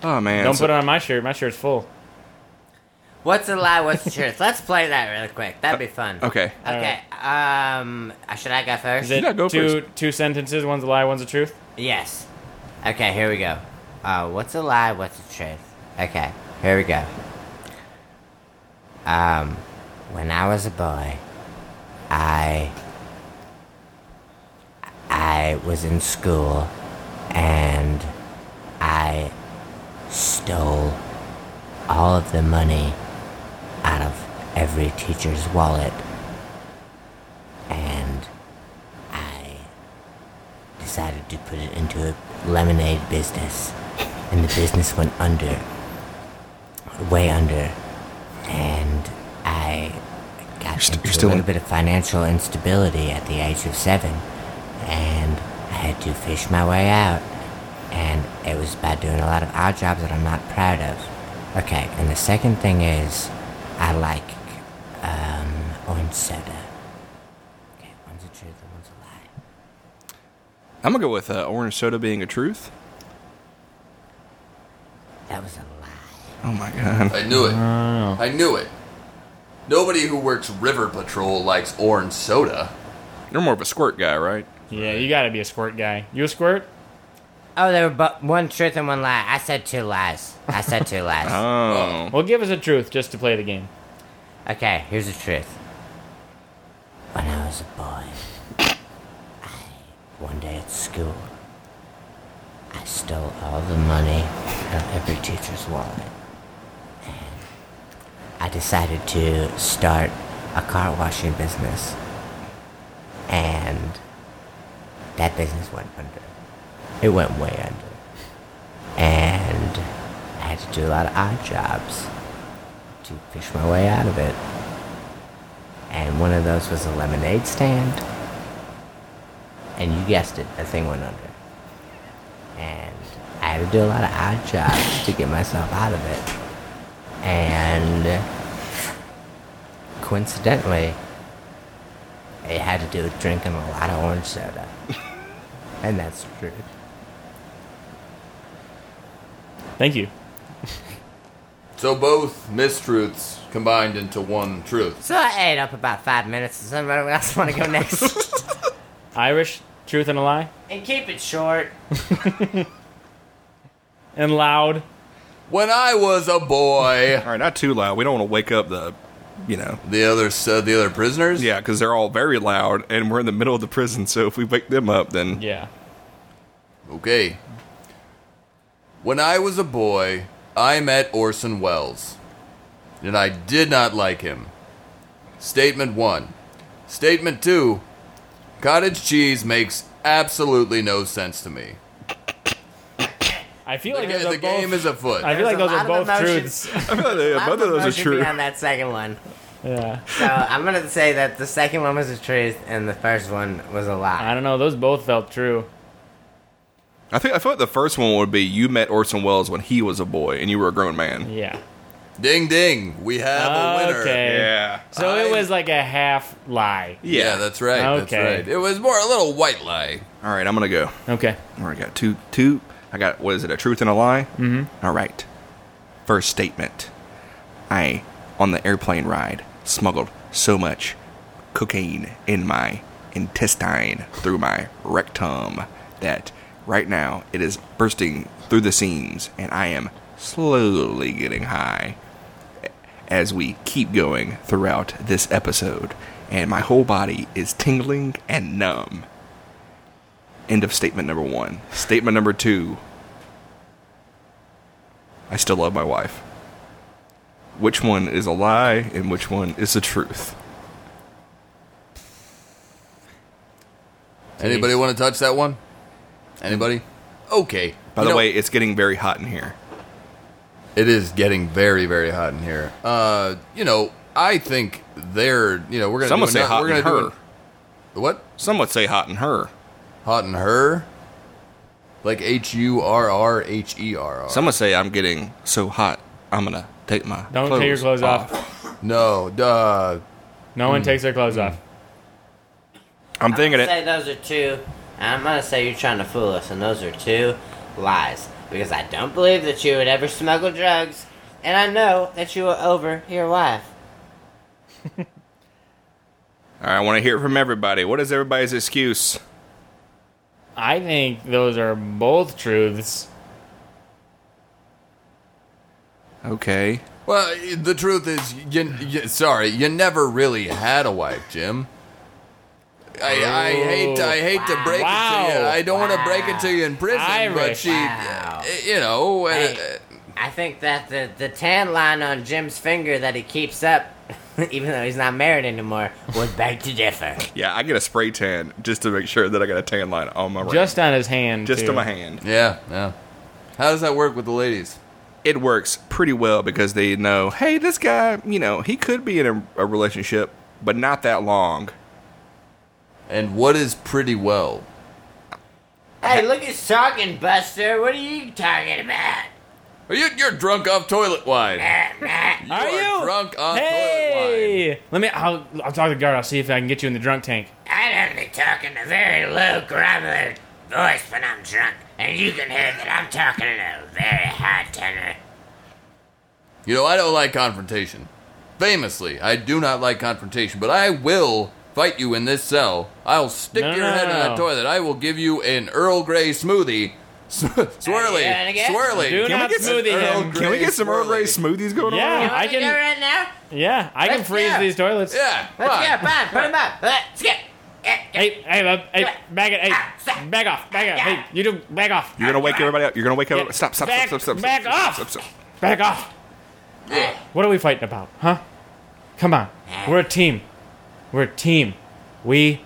Oh man,
Don't
so-
put it on my shirt. My shirt's full.
[laughs] What's a lie? What's the truth? Let's play that really quick. That'd be fun.
Okay.
Okay. Um, uh, should I go first?
Is it
Yeah, go
two two sentences? One's a lie. One's the truth.
yes. Okay. Here we go. Uh, what's a lie? What's the truth? Okay. Here we go. Um, when I was a boy, I I was in school and I stole all of the money out of every teacher's wallet and I decided to put it into a lemonade business and the business went under way under and I got
st-
into
you're still
a little
in-
bit of financial instability at the age of seven and I had to fish my way out and it was by doing a lot of odd jobs that I'm not proud of. Okay, and the second thing is I like um, orange soda. Okay, one's the truth and one's a lie.
I'm gonna go with uh, orange soda being a truth.
That was a lie.
Oh my god.
I knew it. I knew it. Nobody who works River Patrol likes orange soda.
You're more of a squirt guy, right?
Yeah, you got to be a squirt guy. You a squirt?
Oh, there were but one truth and one lie. I said two lies. I said two lies.
Oh.
Well, give us a truth just to play the game.
Okay, here's the truth. When I was a boy, I, one day at school, I stole all the money out of every teacher's wallet. And I decided to start a car washing business. And that business went under. It went way under. And I had to do a lot of odd jobs to fish my way out of it. And one of those was a lemonade stand. And you guessed it, that thing went under. And I had to do a lot of odd jobs to get myself out of it. And coincidentally, it had to do with drinking a lot of orange soda. [laughs] and that's true.
Thank you.
So both mistruths combined into one truth.
So I ate up about five minutes. Does anybody else want to go next?
Irish truth and a lie,
[laughs] and keep it short.
and loud.
When I was a boy,
[laughs] All right, not too loud. We don't want to wake up the, you know.
the other said the other prisoners.
Yeah, because they're all very loud, and we're in the middle of the prison. So if we wake them up, then
Yeah.
Okay. When I was a boy, I met Orson Welles, and I did not like him. Statement one. Statement two. Cottage cheese makes absolutely no sense to me.
I feel
The,
like those
ga-
are
the game
both-
is afoot.
I feel like
There's
those
a
are
lot of
both
emotions.
truths.
I feel like yeah, both of those are true.
On that second one,
Yeah.
so I'm gonna say that the second one was the truth and the first one was a
I
lie.
don't know. Those both felt true.
I think I feel like the first one would be you met Orson Welles when he was a boy and you were a grown man.
Yeah.
ding ding, we have a winner.
Okay.
Yeah.
So
I-
it was like a half lie.
Yeah, that's right.
Okay.
That's right. It was more a little white lie.
All right, I'm gonna go.
Okay.
All right, I got two, two. I got what is it? A truth and a lie. Mm-hmm. All right. First statement. I, on the airplane ride, smuggled so much cocaine in my intestine through my rectum that right now it is bursting through the seams, and I am slowly getting high as we keep going throughout this episode, and my whole body is tingling and numb. End of statement number one. Statement number two. I still love my wife. Which one is a lie and which one is the truth?
Anybody want to touch that one? Anybody? Okay.
By
You
the
know-
way, it's getting very hot in here.
It is getting very, very hot in here. Uh, you know, I think they're, you know, we're gonna.
Some
do
would say
ano-
hot
we're
in
gonna
her.
do an- what?
Some would say hot in her.
Hot in her. Like H U R R H E R R.
Some would say I'm getting so hot. I'm gonna take my
Don't take your clothes off.
No, duh.
No
Hmm.
one takes their clothes off.
I'm thinking
I'm gonna
it.
say those are two. I'm gonna say you're trying to fool us, and those are two lies. Because I don't believe that you would ever smuggle drugs, and I know that you were over your wife.
All right, I want to hear it from everybody. What is everybody's excuse?
I think those are both truths.
Okay.
Well, the truth is, you, you, sorry, you never really had a wife, Jim. I, I hate I hate to break it to you.
Wow.
I don't want to break it to you in prison, but
Irish.
she,
Wow.
you know, uh,
Hey. I think that the, the tan line on Jim's finger that he keeps up, [laughs] even though he's not married anymore, would beg to
[laughs]
differ.
Yeah, I get a spray tan just to make sure that I got a tan line on my just
Just on his hand.
just
too.
on my hand.
yeah, yeah. How does that work with the ladies?
It works pretty well because they know, hey, this guy, you know, he could be in a, a relationship, but not that long.
And what is pretty well?
Hey, look who's talking, Buster. What are you talking about?
Are you you're drunk off toilet
[laughs]
wine?
Hey,
You
Are
are
you
drunk on toilet wine?
Hey, let me. I'll, I'll talk to the guard. I'll see if I can get you in the drunk tank.
I'm only talking a very low, grumbling voice when I'm drunk, and you can hear that I'm talking in a very high tenor.
You know, I don't like confrontation. Famously, I do not like confrontation, but I will fight you in this cell. I'll stick
No,
your
no,
head in
no,
that
no.
toilet. I will give you an Earl Grey smoothie. [laughs] S- swirly.
Yeah, and again,
swirly.
do
Can we
not
get some
smoothie
Earl
him.
Grey
Can we get some Earl Grey
swirly?
smoothies going
Yeah.
on?
You know
I
what we
can-
do right now?
Yeah, I can
Let's
freeze
go.
these toilets.
Yeah.
Let's
fine.
go, fine, put him up. Let's get. get- get-
Hey, hey, uh, hey, back it. Hey, back off, back off. Hey, you do back off.
You're gonna wake everybody up. You're gonna wake
Yeah.
up. Stop! Stop!
Back-
stop! Stop! Stop!
back
stop,
off.
Stop! Stop! stop.
Back off.
Yeah.
What are we fighting about, huh? Come on, we're a team. We're a team. We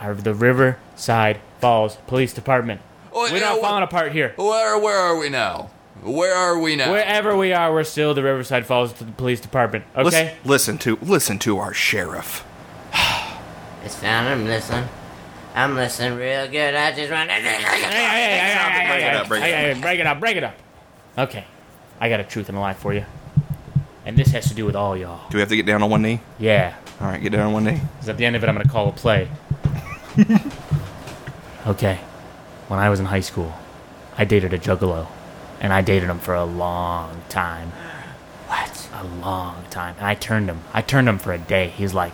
are the Riverside Falls Police Department.
Oh,
We're
you know
not
what?
falling apart here.
Where, where are we now? Where are we now?
Wherever we are, we're still the Riverside Falls to the Police Department.
Listen,
Okay.
listen to listen to our sheriff.
It's fine, I'm listening. I'm listening real good. I just [laughs] want
Hey, hey, hey, hey, hey, hey,
Break it
hey,
up, break it
hey, hey, break it up, break it up. Okay, I got a truth and a lie for you, and this has to do with all y'all.
Do we have to get down on one knee?
Yeah.
All right, get down on one knee.
Because at the end of it, I'm going to call a play. [laughs] okay. When I was in high school, I dated a juggalo. And I dated him for a long time. What? A long time. And I turned him. I turned him for a day. He's like,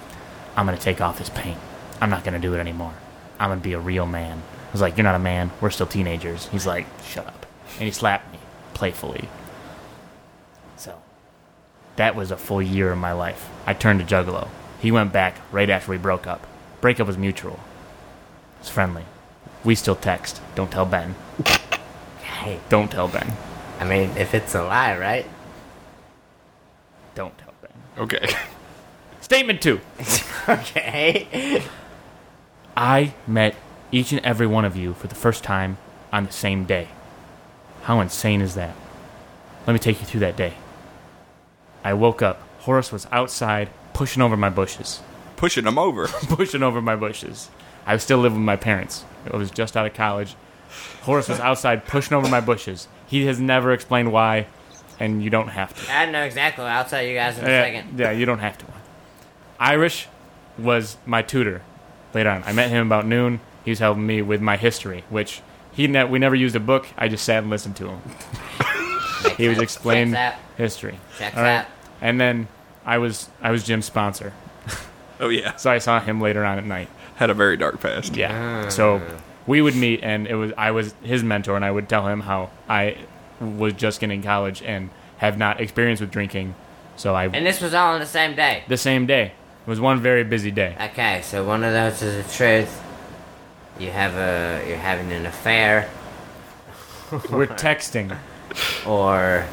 I'm going to take off this paint. I'm not going to do it anymore. I'm going to be a real man. I was like, You're not a man. We're still teenagers. He's like, Shut up. And he slapped me playfully. So that was a full year of my life. I turned to Juggalo. He went back right after we broke up. Breakup was mutual. It's friendly. We still text. Don't tell Ben.
Hey,
Don't tell Ben.
I mean, if it's a lie, right? [laughs]
Don't tell Ben.
Okay.
Statement two.
Okay.
I met each and every one of you for the first time on the same day. How insane is that? Let me take you through that day. I woke up. Horace was outside pushing over my bushes.
[laughs] Pushing him over.
pushing over my bushes. I was still living with my parents. I was just out of college. Horace was outside pushing over my bushes. He has never explained why, and you don't have to.
I know exactly. I'll tell you guys in a
Yeah,
second.
yeah, you don't have to. Irish was my tutor later on. I met him about noon. He was helping me with my history, which he ne- we never used a book. I just sat and listened to
[laughs]
him. He was explaining
Checks
history.
Checks
All right.
out.
And then I was I was Jim's sponsor,
Oh yeah.
so I saw him later on at night.
Had a very dark past.
Yeah. So we would meet, and it was I was his mentor, and I would tell him how I was just getting college and have not experience with drinking. So I
And this was all on the same day.
the same day it was one very busy day.
Okay, so one of those is the truth. You have a you're having an affair,
[laughs] We're texting.
or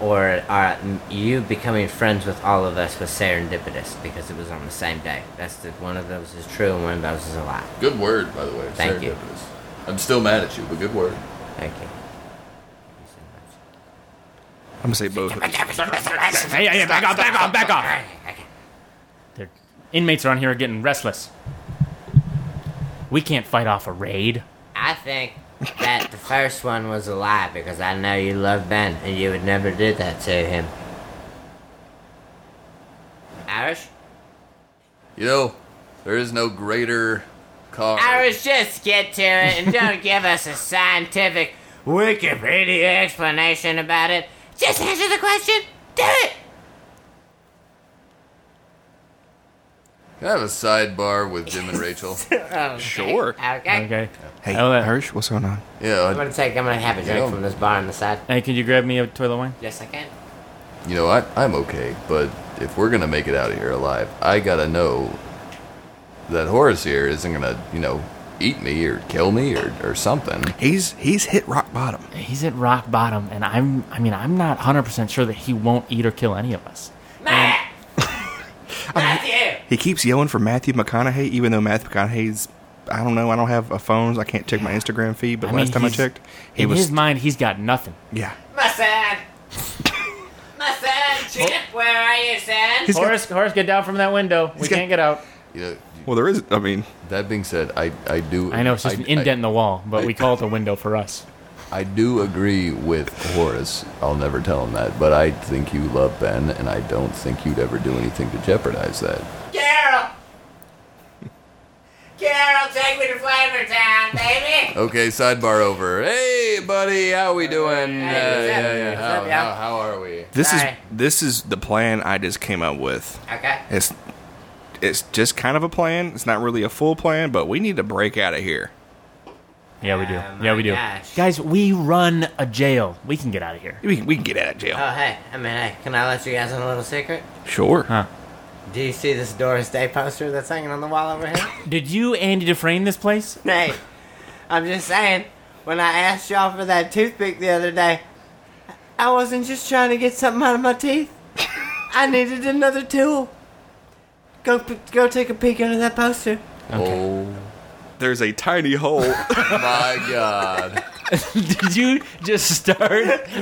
or are you becoming friends with all of us was serendipitous because it was on the same day. That's the one of those is true and one of those is a lie.
Good word, by the way.
Thank you.
Serendipitous. I'm still mad at you, but good work.
Thank you.
I'm gonna say both.
Hey, hey, hey, back off, back off, back off. Their inmates around here are getting restless. We can't fight off a raid.
I think that the first one was a lie because I know you love Ben and you would never do that to him. Irish?
You know, there is no greater cause.
Irish, just get to it
[laughs]
and don't give us a scientific Wikipedia explanation about it. Just answer the question. Do it.
Can I have a sidebar with Jim and
[laughs]
Rachel?
Oh, Okay.
Sure.
Okay.
Okay.
Hey,
Oh, that-
Hirsch, what's going on?
I'm
Yeah,
gonna take. I'm gonna have a drink
Yeah.
from this bar on the side.
Hey, could you grab me a toilet wine?
Yes, I can.
I, you know, I, I'm okay, but if we're gonna make it out of here alive, I gotta know that Horace here isn't gonna, you know, eat me or kill me or, or something.
He's he's hit rock bottom.
He's at rock bottom, and I'm. I mean, I'm not 100 percent sure that he won't eat or kill any of us. [laughs]
Matt. Matthew.
He keeps yelling for Matthew McConaughey, even though Matthew McConaughey's. I don't know. I don't have a phone. so I can't check my Instagram feed. But
I mean,
last time I
he's-
checked, he
In
was.
his mind, he's got nothing.
yeah.
My son.
[laughs]
My son, Chip. Where are you, son?
He's got-
Horace, Horace, get down from that window. We
got-
can't get out.
You know,
well, there is. I mean,
that being said, I, I do.
I know it's just
I-
an indent in the wall, but we call it a window for us.
I do agree with Horace. I'll never tell him that, but I think you love Ben, and I don't think you'd ever do anything to jeopardize that.
Carol. Carol, take me to Flavor Town, baby.
Okay, sidebar over. Hey, buddy, how we doing?
Hey, what's up? What's
How,
up, y'all?
how- how are we?
this
Sorry.
is this is the plan I just came up with.
Okay.
It's it's just kind of a plan. It's not really a full plan, but we need to break out of here.
Yeah, we do.
Oh, my
yeah, we do.
gosh.
Guys, we run a jail. We can get out of here.
We can, we can get out of jail.
Uh,
Oh hey, I mean, hey, can I let you guys in a little secret?
sure.
Huh?
Do you see this Doris Day poster that's hanging on the wall over here?
Did you Andy Dufresne this place?
[laughs] Hey, I'm just saying, when I asked y'all for that toothpick the other day, I wasn't just trying to get something out of my teeth. I needed another tool. Go, p- go take a peek under that poster.
Oh
There's a tiny
[laughs]
hole.
my God!
[laughs] Did you just start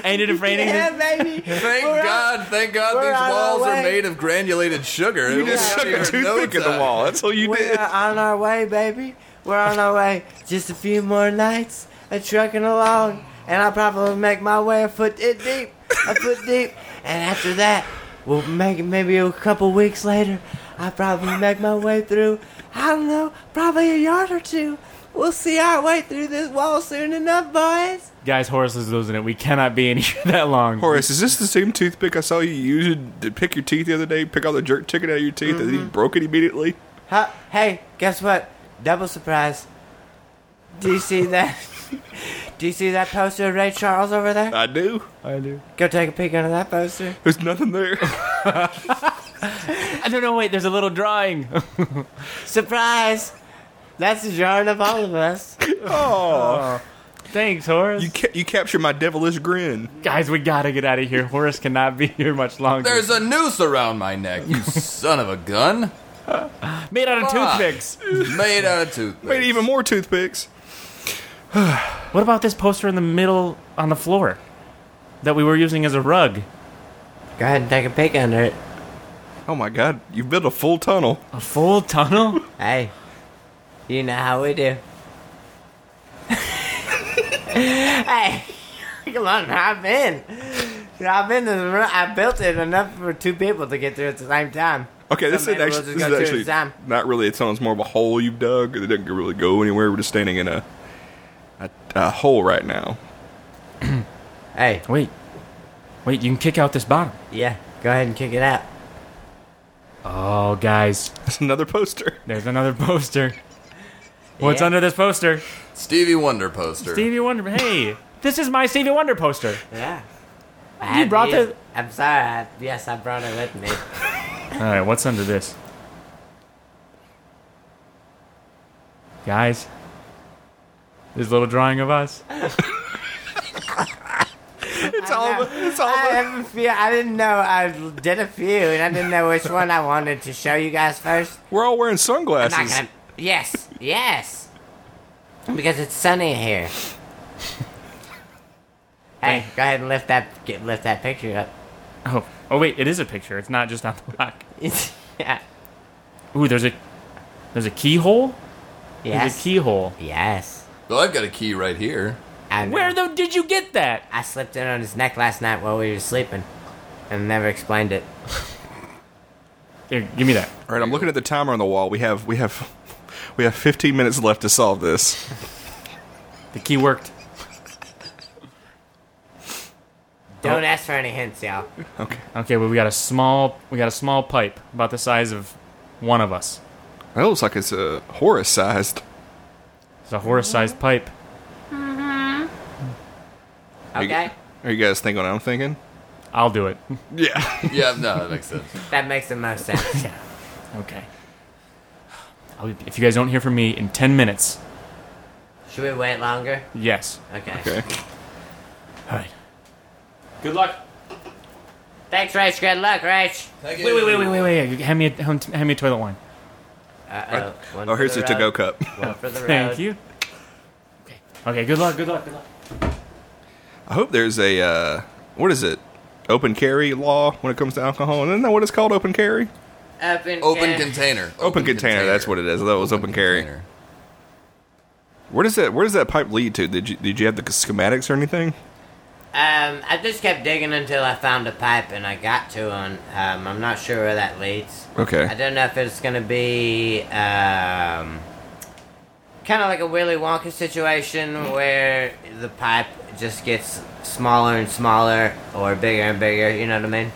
Andy Dufresne?
Yeah, baby.
Thank
We're on-
God! Thank God!
we're
These
on our
walls are
way.
made of granulated sugar.
you
It
just
will
stuck a
appear in no
toothpick in the
time.
wall. That's all you [laughs]
We're
did.
on our way, baby. We're on our way. Just a few more nights of trucking along, and I'll probably make my way a foot i- deep, a foot deep. And after that, we'll make it maybe a couple weeks later. I'll probably make my way through, I don't know, probably a yard or two. We'll see our way through this wall soon enough, boys.
Guys, Horace is losing it. We cannot be in [laughs] here that long.
Horace, is this the same toothpick I saw you using to pick your teeth the other day? Pick all the jerk chicken out of your teeth, and then
Mm-hmm.
you broke it immediately.
Huh? Hey, guess what? Double surprise. Do you see that? [laughs] Do you see that poster of Ray Charles over there?
I do.
I do.
Go take a peek under that poster.
There's nothing there.
I don't know. Wait, there's a little drawing. [laughs]
Surprise! That's the yarn of all of us.
Thanks, Horace.
you ca- you captured my devilish grin.
Guys, we gotta get out of here. Horace cannot be here much longer.
There's a noose around my neck. You son of a gun!
Made out of
Fuck.
toothpicks.
Made out of toothpick.
Made even more toothpicks.
What about this poster in the middle on the floor that we were using as a rug?
Go ahead and take a peek under it.
Oh my god, you built a full tunnel.
A full tunnel?
Hey, you know how we do. [laughs] hey, [laughs] come on, hop in. Hop in this room. I built it enough for two people to get through at the same time.
Okay, this
So
is
maybe we'll
actually,
just
this
go
is
through
actually
the time.
not really a tunnel. It's more of a hole you've dug. It didn't really go anywhere. We're just standing in a a, a hole right now.
Hey,
[laughs] Wait. Wait, you can kick out this bottom.
yeah, go ahead and kick it out.
Oh, guys.
That's another
[laughs]
poster.
There's another poster. What's
Yeah.
under this poster?
Stevie Wonder poster.
Stevie Wonder. Hey, this is my Stevie Wonder poster.
Yeah. I
You
had to
brought
use-
the-
I'm sorry. I, yes, I brought it with me.
All right, what's under this? Guys, this little drawing of us.
It's all. the- It's all.
I
the-
have a few. I didn't know. I did a few, and I didn't know which one I wanted to show you guys first.
We're all wearing
I'm not
sunglasses.
gonna. Yes, yes. Because it's sunny here. hey, go ahead and lift that get, lift that picture up. [laughs]
Oh, oh wait, it is a picture. It's not just on the lock.
yeah.
Ooh, there's a there's a keyhole. There's a
Yes.
keyhole.
Yes.
Well, I've got a key right here.
I know.
Where though did you get that?
I slipped it on his neck last night while we were sleeping, and never explained it.
Here, give me that.
All right, I'm looking at the timer on the wall. We have we have we have 15 minutes left to solve this.
The key worked.
Don't ask for any hints, y'all.
Okay,
Okay, but we got a small we got a small pipe about the size of one of us.
that looks like it's a Horus sized.
It's a
Mm-hmm.
horse-sized pipe.
Okay,
Are you guys thinking what I'm thinking?
I'll do it. [laughs]
Yeah.
Yeah, no, that makes sense.
that makes the most sense. [laughs]
Okay. I'll be, if you guys don't hear from me in 10 minutes,
Should we wait longer?
yes.
Okay.
okay.
All right.
Good luck.
Thanks, Rach. Good luck, Rach.
Wait,
Wait, wait, wait, wait, wait, wait. Hand me a, hand hand me a toilet wine.
Uh oh.
Oh, here's the to-go cup.
One for the road.
Thank you. Okay. Okay, good luck, good luck, good luck.
I hope there's a uh, what is it? Open carry law when it comes to alcohol. Isn't that what it's called? Open carry.
Open.
Open
can-
container.
Open, container, That's what it is. I thought it was open, carry.
container.
Where does that Where does that pipe lead to? Did you Did you have the schematics or anything?
Um, I just kept digging until I found a pipe, and I got to one. Um, I'm not sure where that leads.
Okay.
I don't know if it's gonna be um, kind of like a Willy Wonka situation where the pipe just gets smaller and smaller or bigger and bigger. You know what I mean?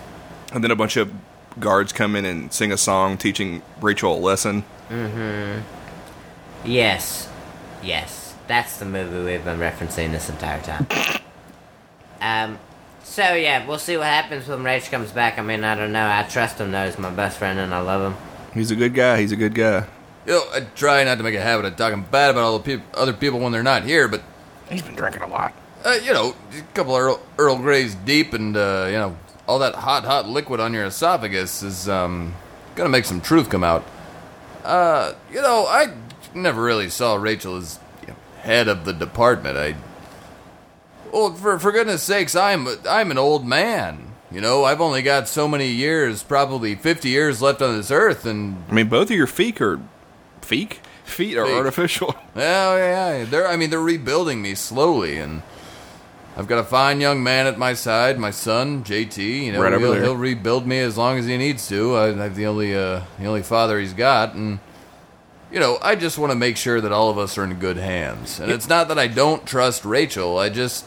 And then a bunch of guards come in and sing a song teaching Rachel a lesson.
Yes, yes, that's the movie we've been referencing this entire time. um, so yeah, we'll see what happens when Rach comes back. I mean, I don't know. I trust him though. He's my best friend, and I love him.
He's a good guy. He's a good guy.
You know, I try not to make a habit of talking bad about all the peop other people when they're not here, but
He's been drinking a lot.
uh, you know, a couple of Earl, Earl Greys deep, and uh, you know, all that hot, hot liquid on your esophagus is um, gonna make some truth come out. Uh, you know, I never really saw Rachel as you know, head of the department. I, well, for for goodness sakes, I'm I'm an old man. You know, I've only got so many years, probably fifty years left on this earth, and
I mean, both of your feet are feet. Feet are
Feet.
artificial.
Yeah, yeah, yeah. They're, I mean, they're rebuilding me slowly, and I've got a fine young man at my side, my son JT. You know,
Right over
he'll,
there.
he'll rebuild me as long as he needs to. I, I'm the only, uh, the only father he's got, and you know, I just want to make sure that all of us are in good hands. And it's not that I don't trust Rachel. I just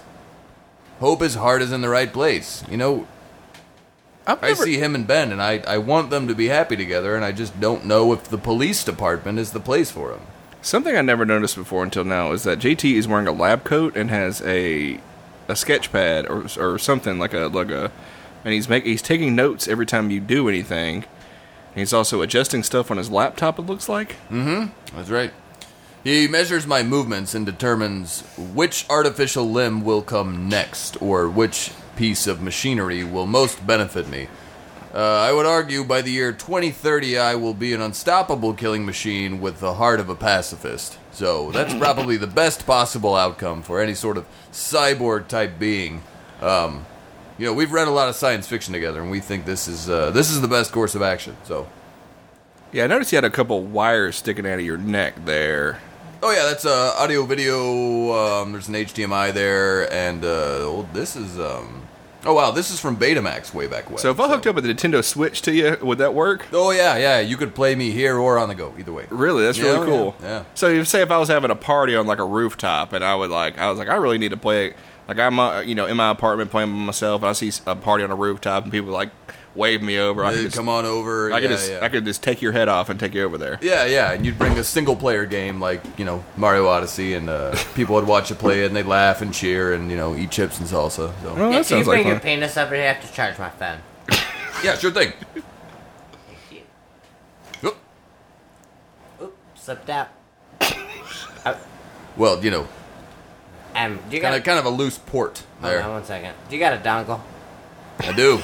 hope his heart is in the right place. You know,
I've
I see him and Ben, and I, I want them to be happy together, and I just don't know if the police department is the place for him.
Something I never noticed before until now is that JT is wearing a lab coat and has a a sketch pad or or something like a like a, and he's make, he's taking notes every time you do anything. And he's also adjusting stuff on his laptop. It looks like
That's right. He measures my movements and determines which artificial limb will come next, or which piece of machinery will most benefit me. Uh, I would argue by the year 2030, I will be an unstoppable killing machine with the heart of a pacifist. So that's probably the best possible outcome for any sort of cyborg type being. Um, you know, we've read a lot of science fiction together, and we think this is uh, this is the best course of action. So,
yeah. I noticed you had a couple wires sticking out of your neck there.
Oh yeah, that's uh, audio video. Um, there's an HDMI there, and uh, oh, this is. Um, oh wow, this is from Betamax way back when.
So if I hooked up with a Nintendo Switch to you, would that work?
Oh yeah, yeah. You could play me here or on the go, either way.
Really, that's
Yeah, oh,
really
yeah,
cool.
yeah.
So you say if I was having a party on like a rooftop, and I would like, I was like, I really need to play. Like I'm, uh, you know, in my apartment playing by myself, and I see a party on a rooftop, and people like wave me over. I
Uh,
could just,
come on over.
I
yeah,
could just,
yeah.
I could just take your head off and take you over there.
Yeah, yeah, and you'd bring a single player game like you know Mario Odyssey, and uh, [laughs] people would watch you play it, and they'd laugh and cheer, and you know eat chips and salsa. So
Well, Oh, that
If you
sounds like
bring your
fun.
penis over here, I have to charge my phone.
yeah, sure
[laughs]
thing. Yep.
Oop, slipped out.
Well, you know,
Um, do you
kind
got
of kind of a loose port
Hold on
there.
one second. Do you got a dongle?
I do.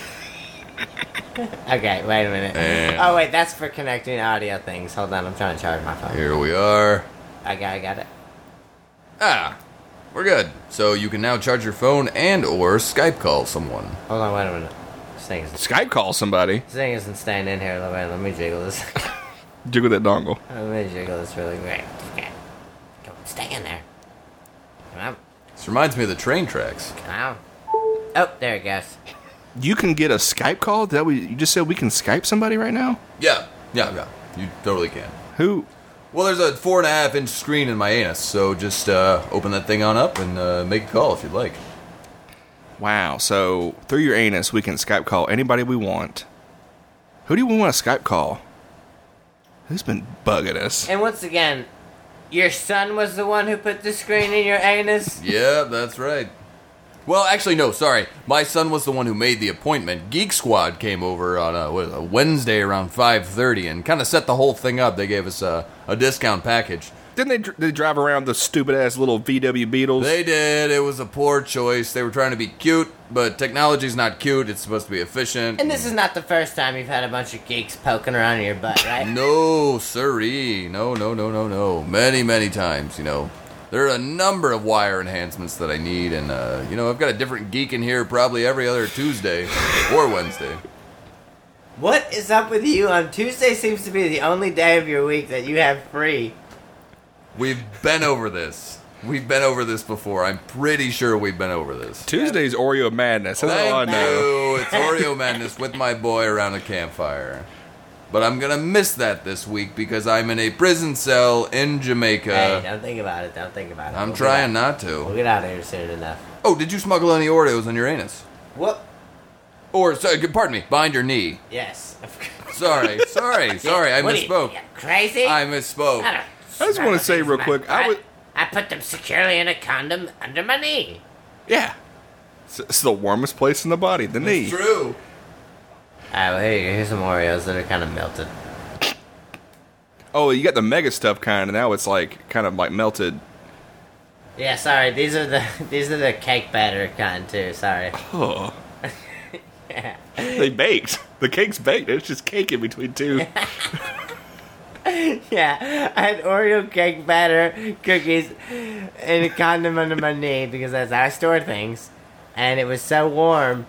Okay, wait a minute.
And-
Oh wait, that's for connecting audio things. Hold on, I'm trying to charge my phone.
Here we are.
I got, I got it.
Ah, we're good. So you can now charge your phone and or Skype call someone.
Hold on, wait a minute. This thing isn't,
Skype call somebody.
this thing isn't staying in here. Let me, let me jiggle this. [laughs]
Jiggle that dongle.
let me jiggle this really quick. Okay. Come on, Stay in there. Come out.
This reminds me of the train tracks.
Come out. Oh, there it goes.
You can get a Skype call. That we you just said we can Skype somebody right now.
Yeah, yeah, yeah. You totally can.
Who?
Well, there's a four and a half inch screen in my anus, so just uh, open that thing on up and uh, make a call if you'd like.
Wow. So through your anus, we can Skype call anybody we want. Who do we want to Skype call? Who's been bugging us?
And once again, your son was the one who put the screen in your anus?
Yeah, that's right. Well, actually, no, sorry. My son was the one who made the appointment. Geek Squad came over on a, what, a Wednesday around 5.30 and kind of set the whole thing up. They gave us a, a discount package.
Didn't they, dr- they drive around the stupid ass little VW Beetles?
They did. It was a poor choice. They were trying to be cute, but technology's not cute. It's supposed to be efficient.
And this is not the first time you've had a bunch of geeks poking around in your butt, right?
No, siree. No, no, no, no, no. Many, many times, you know. There are a number of wire enhancements that I need, and, uh, you know, I've got a different geek in here probably every other Tuesday or Wednesday.
What is up with you? On Tuesday seems to be the only day of your week that you have free.
We've been over this. We've been over this before. I'm pretty sure we've been over this.
Tuesday's Oreo Madness. That's all Oh, I
Thank
know.
you. It's Oreo Madness with my boy around a campfire. But I'm gonna miss that this week because I'm in a prison cell in
hey,
Jamaica.
don't think about it. Don't think about it.
I'm
We'll get
trying not
out- We'll
to.
get out of here soon enough.
Oh, did you smuggle any Oreos on your anus?
Whoop.
Or, sorry, pardon me, behind your knee.
Yes. [laughs] of course. [laughs]
Sorry, sorry, sorry, I
What are you,
misspoke.
you crazy?
I misspoke.
I just wanna say real quick, I would-
I put them securely in a condom under my knee.
Yeah. It's, it's the warmest place in the body, the knee.
True.
Alright, well, here you go. Here's some Oreos that are kind of melted.
Oh, you got the mega stuff kind, and now it's like kind of like melted.
Yeah, sorry. These are the [laughs] these are the cake batter kind too. Sorry.
Oh. They baked. The cake's baked. It's just cake in between two.
[laughs] Yeah, I had Oreo cake batter, cookies, and a condom under my knee because that's how I store things. And it was so warm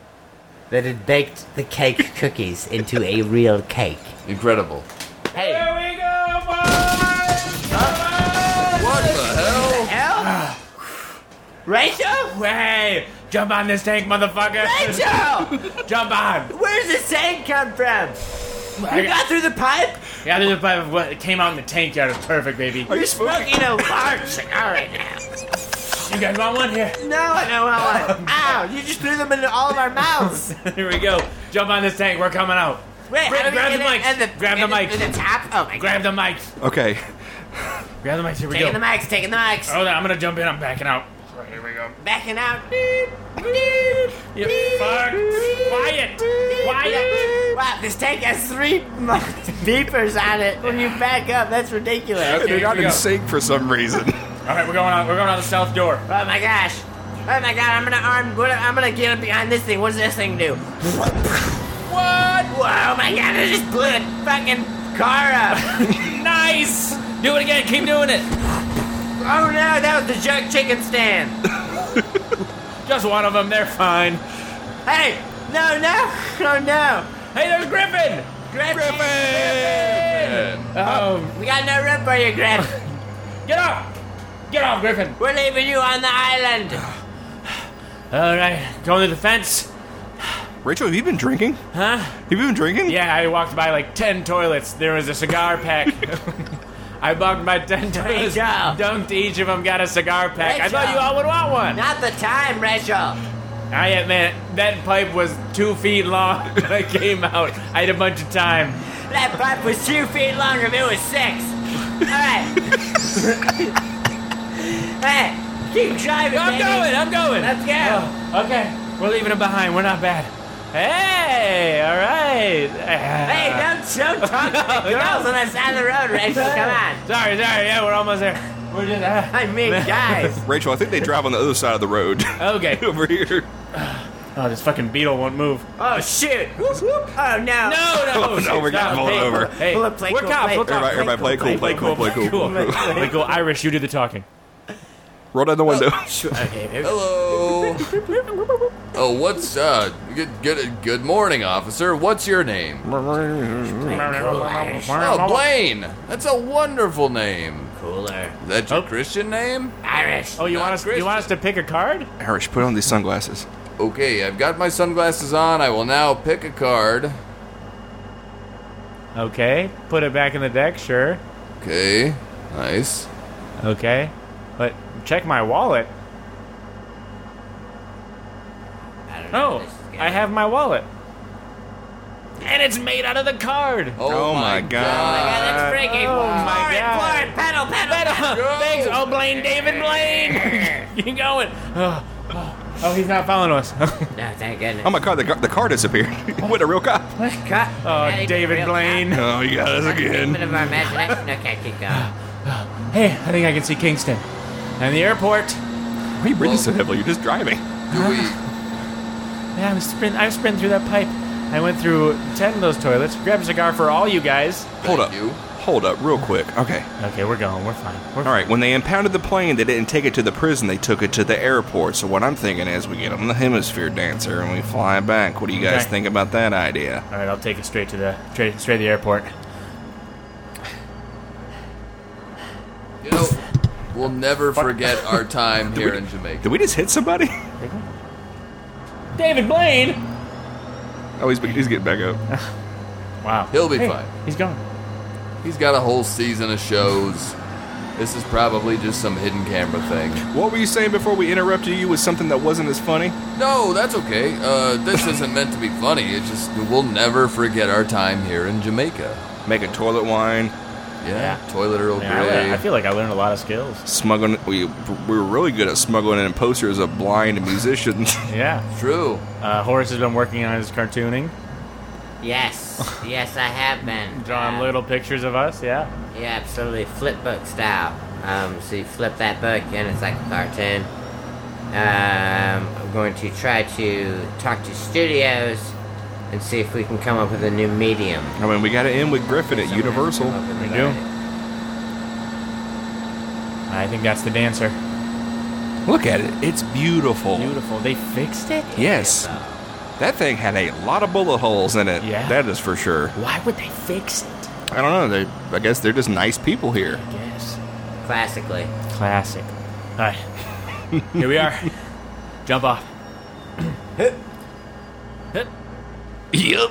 that it baked the cake [laughs] cookies into a real cake.
Incredible.
Hey,
What the hell?
Al? [sighs] Rachel?
Hey, jump on this tank, motherfucker!
Rachel!
Jump on!
Where's the sand come from? You got through the pipe?
Yeah, there's a pipe of what came out in the tank yard. It's perfect, baby.
You're smoking a large cigar right now.
You guys want one? Here, [laughs]
No, I know how [laughs] Ow, you just threw them into all of our mouths.
here we go. Jump on this tank. We're coming out.
Wait,
Grab-
how do we
grab
get
the
in-
mics.
and
Grab the
and
mics.
and The tap? Oh my god.
Grab the mics.
Okay.
Grab the mics. Here we
Taking the
go.
mics, taking the mics.
Hold on, I'm gonna jump in. I'm backing out. Right, here we go.
Backing out. Beep, beep,
You
beep,
fuck.
beep,
Quiet.
beep,
Quiet.
beep. Wow, this tank has three [laughs] mo- beepers on it when you back up. That's ridiculous.
Okay,
They're
here
not
we
in
go.
sync for some reason.
All right, we're going out. We're going out the south door.
Oh my gosh. Oh my god, I'm gonna arm. What, I'm gonna get up behind this thing. What does this thing do? What? Whoa, my god, I just blew a fucking car
[laughs] [laughs]
up.
Nice. Do it again. Keep doing it.
oh no, that was the junk chicken stand.
Just one of them. They're fine.
Hey! No, no! [laughs] Oh no!
Hey, there's Griffin.
Griffin!
Oh,
We got no room for you, Griff.
get up. Get off, Griffin.
We're leaving you on the island.
All right, going to the fence.
Rachel, have you been drinking?
Huh?
Have you been drinking?
Yeah, I walked by like 10 toilets. There was a cigar [laughs] pack. I walked by 10 toilets.
Rachel.
Dunked each of them, got a cigar pack. I thought
Rachel.
you all would want one.
Not the time, Rachel.
I admit, that pipe was two feet long [laughs] when I came out. I had a bunch of time.
That pipe was two feet long if it was six. Alright. [laughs] hey, keep driving.
I'm
baby.
going, I'm going.
Let's go.
Oh, okay, we're leaving it behind. We're not bad. Hey, all right. Oh. Ah.
Hey, don't, don't
[laughs]
talk to the
No,
girls
no.
on the side of the road, Rachel. Come on.
Sorry, sorry. Yeah, we're almost there. We're just. ah.
I mean, guys.
Rachel, I think they drive on the other side of the road
okay.
[laughs] over here.
Oh, this fucking beetle won't move.
Oh, shoot. Whoop, whoop. Oh,
No,
no.
[laughs]
no,
Oh, no, we're
stop.
getting pulled
Hey,
over.
Hey,
Pull up, play
we're
cool,
cops.
play
We'll
cool.
talk.
Everybody, everybody, play cool, play cool, play cool.
Play cool. Irish, you do the talking.
roll down the window.
Oh.
Hello.
[laughs]
oh, what's uh? Good, good, good morning, officer. What's your name? Oh, Blaine. That's a wonderful name.
Cooler.
Is that your Christian name?
Irish.
Oh, you want us? You want us to pick a card?
Irish, put on these sunglasses.
Okay, I've got my sunglasses on. I will now pick a card.
Okay. Put it back in the deck. Sure.
Okay, nice.
Okay. But check my wallet.
I don't know
Oh,
where this is going.
I have my wallet. And it's made out of the card.
Oh,
Oh my
Oh my
God.
god, that's freaking.
Oh my
Forward,
God.
forward, pedal, pedal, pedal.
Thanks. Oh, Blaine, David,
[laughs]
Blaine. you going? Oh, oh, he's not following us.
No, thank goodness.
Oh my god, the, gu- the car disappeared. [laughs] With a real cop.
God.
Oh,
Hey,
David
real
Blaine.
Oh, you got us
A bit
again.
of our imagination. Okay, keep going.
Hey, I think I can see Kingston. And the airport.
Why are you breathing so heavily? You're just driving.
Do we?
Yeah, I'm sprint. I've sprinted through that pipe. I went through ten of those toilets. Grab a cigar for all you guys.
Hold up.
Thank you.
Hold up, real quick. Okay.
Okay, we're going. We're fine. We're
All right, when they impounded the plane, they didn't take it to the prison. They took it to the airport. So what I'm thinking is we get on the hemisphere dancer and we fly back. What do you guys
Okay.
think about that idea?
All right, I'll take it straight to the straight, straight to the airport.
You know, we'll never forget our time here in Jamaica.
Did we just hit somebody? [laughs]
David Blaine.
Oh, he's, he's getting back up.
Wow.
He'll be
Hey,
fine.
He's gone.
He's got a whole season of shows. This is probably just some hidden camera thing.
What were you saying before we interrupted you with something that wasn't as funny?
No, that's okay. Uh, this isn't meant to be funny. It's just we'll never forget our time here in Jamaica.
Making toilet wine,
Yeah,
Yeah.
toilet Earl
Man, I learned-
Grey.
I, feel like I learned a lot of skills.
smuggling. We, we were really good at smuggling in posters of blind musicians. [laughs]
Yeah.
True.
Uh, Horace has been working on his cartooning, [laughs]
Yes, yes, I have been.
drawing
Uh,
little pictures of us. Yeah.
Yeah, absolutely. Flip book style. Um, so you flip that book and it's like a cartoon. Um, I'm going to try to talk to studios and see if we can come up with a new medium.
I mean, we got to end with Griffin at
Someone
Universal.
has to come up with
We
an
do.
idea.
I think that's the dancer.
Look at it. It's
Oh.
beautiful.
Beautiful. They fixed it.
Yes. That thing had a lot of bullet holes in it.
Yeah.
That is for sure.
Why would they fix it?
I don't know. They, I guess they're just nice people here.
Yes.
Classically.
Uh, Classic. All right. Here we are. Jump off. Hit.
Yep.
Okay,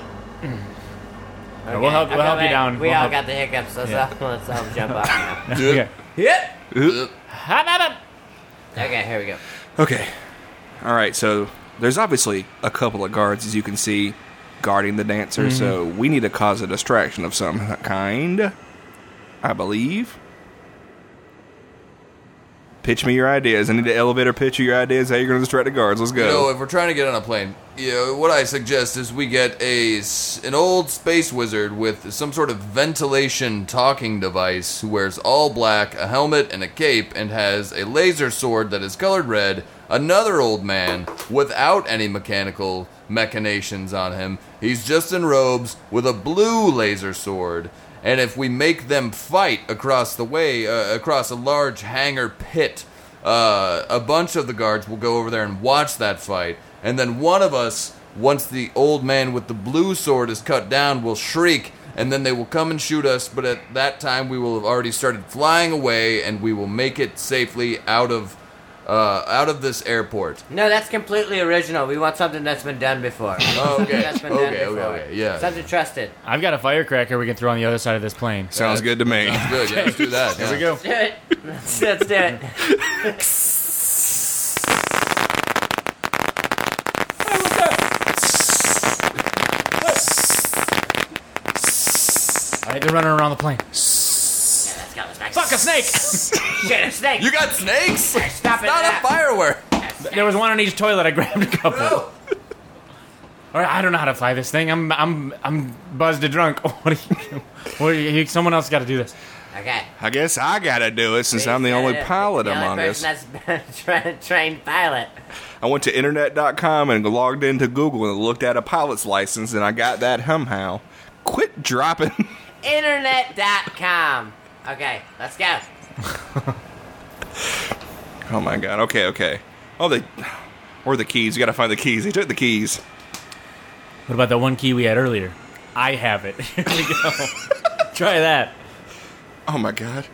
we'll help-
I'll
we'll
go
help you
back.
down.
We
We'll
all
help-
got the hiccups, so let's, all, [laughs] let's all
[laughs]
jump off now.
Okay. Hit.
Uh,
Hop, hop, hop.
Okay, here we go.
Okay. All right. So there's obviously a couple of guards, as you can see, guarding the dancer.
Mm-hmm.
So we need to cause a distraction of some kind, I believe. Pitch me your ideas. I need an elevator pitch of your ideas. How you're going to distract the guards? Let's
You know,
go.
if we're trying to get on a plane, you know, what I suggest is we get a s- an old space wizard with some sort of ventilation talking device who wears all black, a helmet and a cape, and has a laser sword that is colored red. Another old man without any mechanical machinations on him. He's just in robes with a blue laser sword. And if we make them fight across the way, uh, across a large hangar pit, uh, a bunch of the guards will go over there and watch that fight, and then one of us, once the old man with the blue sword is cut down, will shriek, and then they will come and shoot us. But at that time, we will have already started flying away, and we will make it safely out of uh, out of this airport.
No, that's completely original. We want something that's been done before.
Oh, [laughs] okay.
That's been done
Okay,
before.
okay, okay, yeah.
Something trusted.
I've got a firecracker we can throw on the other side of this plane.
Sounds good to me.
uh,
Good, yeah, let's do that.
[laughs] Here
yeah.
we go.
Do it. Let's, let's do it.
I think they're running around the plane.
Let's go. Let's
Fuck a snake!
Shit, a snake.
You got snakes? It's
Stop it.
not a firework.
there was one on each toilet. I grabbed a couple.
No.
All right, I don't know how to fly this thing. I'm I'm I'm buzzed to drunk. [laughs] What do you? What do you someone else got to do this.
Okay.
I guess I got to do it since I'm the only pilot
the only
among us.
person That's [laughs] been a trained pilot.
I went to internet.com and logged into Google and looked at a pilot's license and I got that somehow. Quit dropping.
Internet.com. Okay, let's go.
Oh my god. Okay, okay. Oh, they. Or the keys. You got to find the keys. They took the keys.
What about that one key we had earlier? I have it. [laughs] Here we go. Try that.
Oh my god.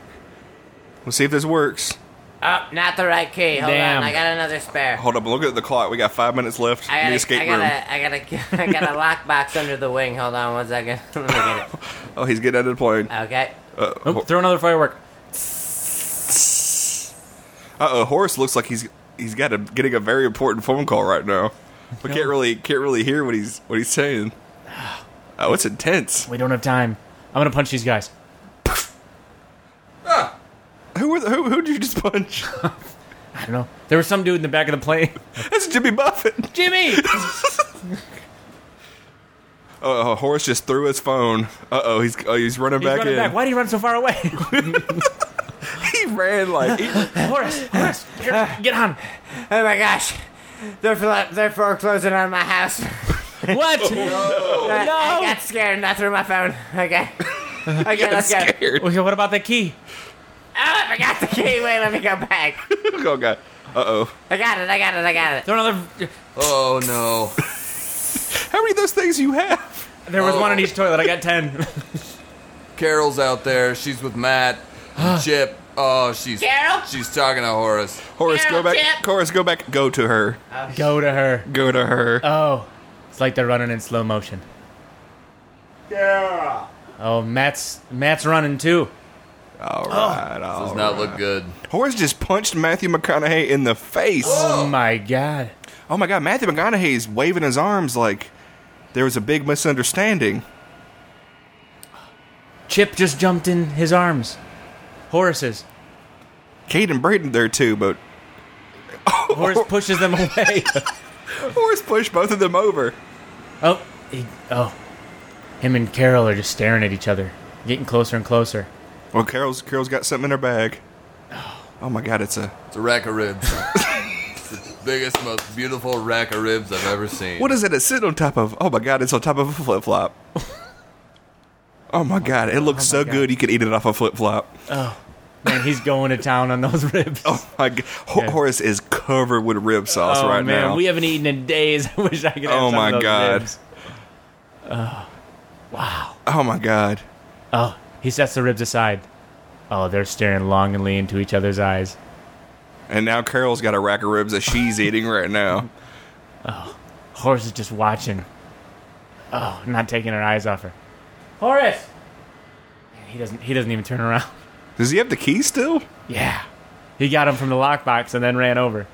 Let's see if this works.
Oh, not the right key. Hold
Damn.
on, I got another spare.
Hold up. Look at the clock. We got five minutes left
I
in
got,
the
a,
escape
I,
room.
got a, I got a, [laughs] I got a lockbox under the wing. Hold on one second. [laughs] Let me get it.
Oh, he's getting out of the plane.
Okay.
Uh
Oh, throw another firework.
oh. Horace looks like he's he's got a getting a very important phone call right now. We can't really can't really hear what he's what he's saying. Oh, it's intense.
We don't have time. I'm gonna punch these guys.
Who were the, who who did you just punch? [laughs]
I don't know. There was some dude in the back of the plane. [laughs]
That's Jimmy Buffett.
Jimmy.
Oh, Horace just threw his phone. Uh oh, he's oh, he's running
He's
back
running
in.
back. Why do you run so far away? [laughs]
He ran like he-
Horace, Horace, here, get on.
Oh my gosh. They're fl- they're foreclosing on my house.
What? [laughs]
[laughs] I- I
Oh, No.
got scared and I threw my phone.
[laughs]
Okay. Okay, let's go.
scared.
Okay, what about the key?
Oh, I forgot the key. Wait, let me go back.
oh god. Uh oh.
I got it. I got it. I got it.
Throw another.
Oh no.
How many of those things you have?
There was
Oh.
one in each toilet. I got [laughs] ten.
Carol's out there. She's with Matt,
[sighs]
and Chip. Oh, she's
Carol?
she's talking to Horace.
Horace, go
Carol,
back.
Chip.
Horace, go back. Go to her.
Go to her.
Go to her.
Oh, it's like they're running in slow motion. Yeah. Oh, Matt's Matt's running too.
all right. all
Does not
right.
look good.
Horace just punched Matthew McConaughey in the face.
Oh my god.
Oh my god, Matthew McConaughey is waving his arms like there was a big misunderstanding.
Chip just jumped in his arms. Horace's.
Kate and Braden there too, but
[laughs] Horace pushes them away.
Horace pushed both of them over.
oh, he, oh. Him and Carol are just staring at each other, getting closer and closer.
Well, Carol's Carol's got something in her bag. Oh my god, it's a
It's a rack of ribs.
[laughs]
It's the biggest, most beautiful rack of ribs I've ever seen.
What is it? It's sitting on top of. Oh my god! It's on top of a flip flop. [laughs] oh my god! It looks so good. You could eat it off a flip flop.
Man, he's going to town on those [laughs] ribs.
[laughs] Oh my god! Ho-
Yeah.
Horace is covered with rib sauce
Oh,
right
man,
now.
we haven't eaten in days. [laughs] I wish I could have
Oh,
some
my
of those
God.
ribs.
oh my god!
Oh, he sets the ribs aside. Oh, they're staring longingly into each other's eyes.
And now Carol's got a rack of ribs that she's eating right
[laughs]
now.
Horace is just watching. Oh, not taking her eyes off her. Horace. He doesn't. He doesn't even turn around. [laughs]
Does he have the key still?
Yeah, he got him from the lockbox and then ran over,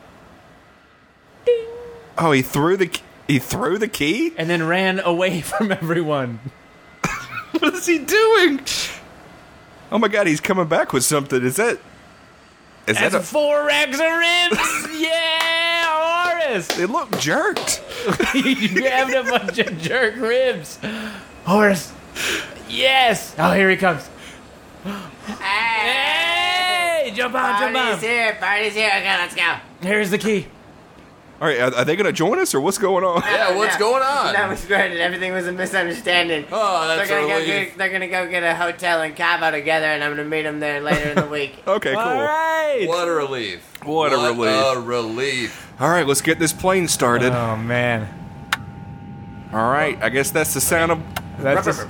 Oh, he threw the key- he threw the key. [laughs]
and then ran away [laughs] from everyone.
What is he doing? Oh my god! He's coming back with something. Is that? Is
That's
that? A,
four racks of ribs. [laughs] yeah, Horace. [laughs]
they look jerked.
He grabbed a bunch of jerk ribs. Horace. Yes. Oh, here he comes.
Hey,
Hey, jump on, jump
party's
on.
here. Party's here. Okay, let's go.
Here's the key.
All right, are, are they going to join us or what's going on? [laughs]
Yeah, what's
No,
going on?
No, we squared it. Everything was a misunderstanding.
Oh,
they're
that's a
gonna go
relief.
get, they're gonna go get a hotel in Cabo together, and I'm gonna meet them there later in the week.
[laughs] Okay, cool.
All right.
What a relief.
What a
What
relief.
a relief.
All right, let's get this plane started.
Oh man.
All right, I guess that's the sound of.
That's just...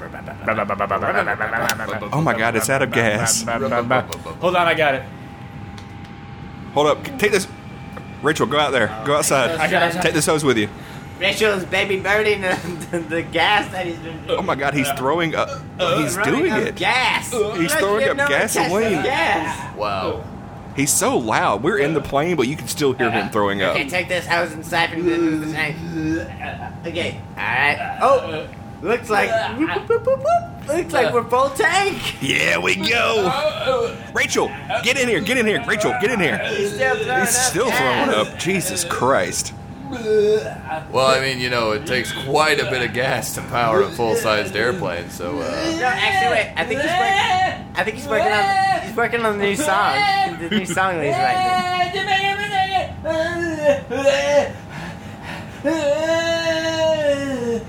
Oh my God, it's out of gas.
Hold on, I got it.
Hold up, take this. Rachel, go out there. Go outside.
I got outside.
Take this hose with you.
Rachel's baby birding the, [laughs] the, the gas that he's been.
Oh my God, he's throwing up. He's
running
doing
up
it.
Gas. Look,
throwing
you
up
know it touched the
gasoline.
Gas.
Wow.
Oh. He's so loud. We're in the plane, but you can still hear him throwing up.
Okay, take this hose and siphon it into the tank. Okay. All right. Oh, looks like whoop, whoop, whoop, whoop. looks like we're full tank.
Yeah, we go. Rachel, get in here. Get in here. Rachel, get in here.
He's still throwing
He's
up
still
gas.
throwing up. Jesus Christ.
Well, I mean, you know, it takes quite a bit of gas to power a full-sized airplane, so uh,
No, actually, wait. I think he's working. I think he's working on. He's working on the new song. The new song that he's writing.
[laughs]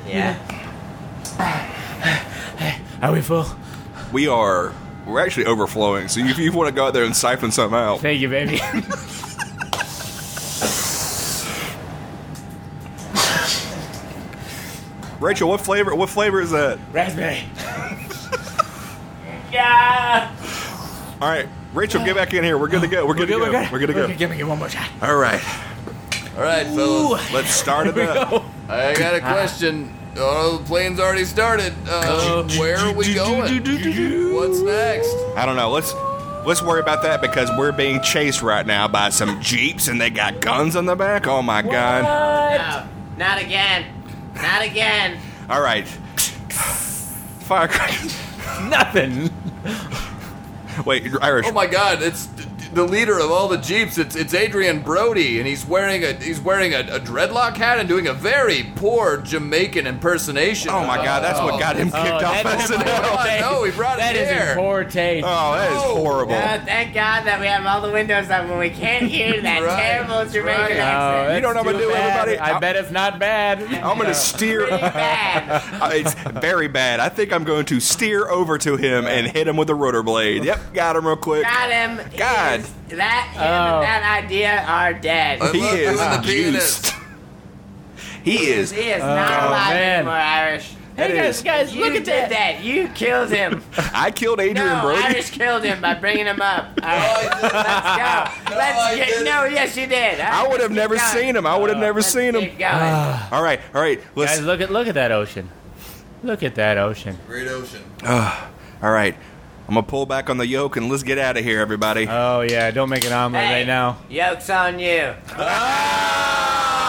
Yeah.
Are we full?
We are. We're actually overflowing. So if you want to go out there and siphon something out,
Thank you, baby. [laughs]
Rachel, what flavor? What flavor is that?
[laughs]
Raspberry.
All right, Rachel, get back in here. We're good to go. We're good to go. We're good to go.
Give me one more shot.
All right,
All right, fellas.
let's [laughs] start it up.
I got
Ah.
a question. Oh, the plane's already started. Uh, where are we going? What's next?
I don't know. Let's let's worry about that because we're being chased right now by some jeeps and they got guns on the back. Oh my god!
No, not again. Not again.
All right, firecrackers.
Nothing.
Wait, Irish.
Oh my God! It's the leader of all the jeeps. It's it's Adrian Brody, and he's wearing a he's wearing a, a dreadlock hat and doing a very poor Jamaican impersonation.
Oh my god! That's
[laughs]
what got him kicked off
that's-
SNL.
God, no, he brought
That
it
is in
here.
poor taste.
Oh, that is
No.
horrible.
Oh, thank God that we have all the windows up when we can't hear that
Right,
terrible Jamaican
right.
Oh,
accent.
You don't know what to do, everybody.
I
I'm-
bet it's not bad.
I'm gonna steer.
Pretty
[laughs]
bad.
Uh, it's very bad. I think I'm going to steer over to him and hit him with a rotor blade. Yep, got him real quick.
Got him.
God. Oh,
Is- that him
Oh.
and that idea are dead.
He
Look,
is
look at the
juiced. [laughs] He is.
He is not alive
Oh, man.
anymore, Irish.
Hey guys, guys,
You
look at
did that.
that.
You killed
[laughs]
him.
I killed Adrian
No,
Brody.
Irish killed him by bringing him up.
[laughs]
All right,
I
let's go.
No,
[laughs] let's
I
get.
didn't.
No, yes, you did. All right,
I would
let's
have
keep
never
going.
seen him. I would have never
Let's
seen him.
keep going.
Ah,
All right, all right. Let's.
Guys, look at look at that ocean. Look at that ocean.
[laughs] Great ocean.
All right. I'm gonna pull back on the yoke and let's get out of here, everybody.
Oh yeah, don't make an omelet
Hey,
right now.
Yoke's on you.
Ah!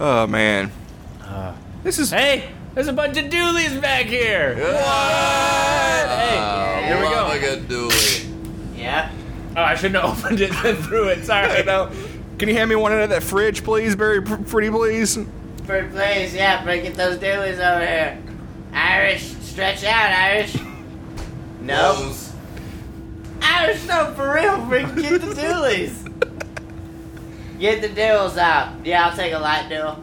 oh man. this is. [laughs]
Hey, there's a bunch of doolies back here.
Ah,
Here we go.
love a good dually.
Yep.
Oh, I shouldn't have [laughs] opened it and threw it.
[laughs]
Sorry.
No. Can you hand me one out of that fridge, please, Barry Pr- Pretty, please?
For please, yeah, bring get those doilies over here. Irish, stretch out, Irish. No.
Those-
Irish, no, for real, bring get the doilies. Get the doodles out. Yeah, I'll take a light doodle.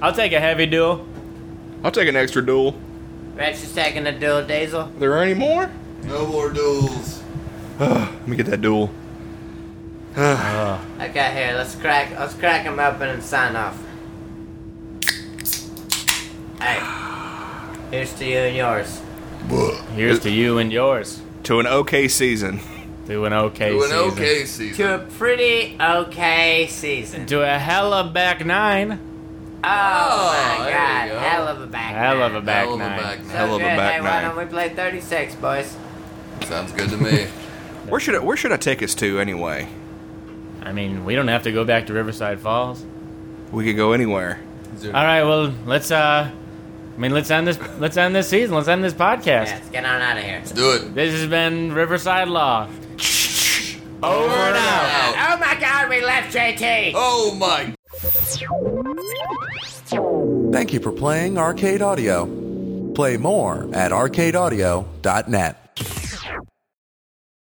I'll take a heavy duel.
I'll take an extra duel.
Rex is taking a dual diesel.
There are any more? [sighs]
No more duels.
Let me get that duel.
Okay, here, let's crack, let's crack them open and sign off. Hey, here's to you and yours.
Here's to you and yours.
To an okay season.
To an okay
To an
season.
okay season.
To a pretty okay season.
To a hella back nine.
Oh, my
there
god,
you go.
hell of a back.
Hell of a
nine.
back
Hell of a
nine.
back
So
nine.
Hell of a
good.
back
hey,
nine.
Why don't we play 36, boys?
Sounds good to me.
Where should I, where should I take us to anyway?
I mean, we don't have to go back to Riverside Falls.
We could go anywhere.
All right, well, let's uh I mean, let's end this let's end this season. Let's end this podcast.
Yeah, let's get on out of here.
Do it.
This has been Riverside Law.
Over and out.
Oh my god, we left JT!
Oh my
Thank you for playing Arcade Audio. Play more at arcadeaudio.net.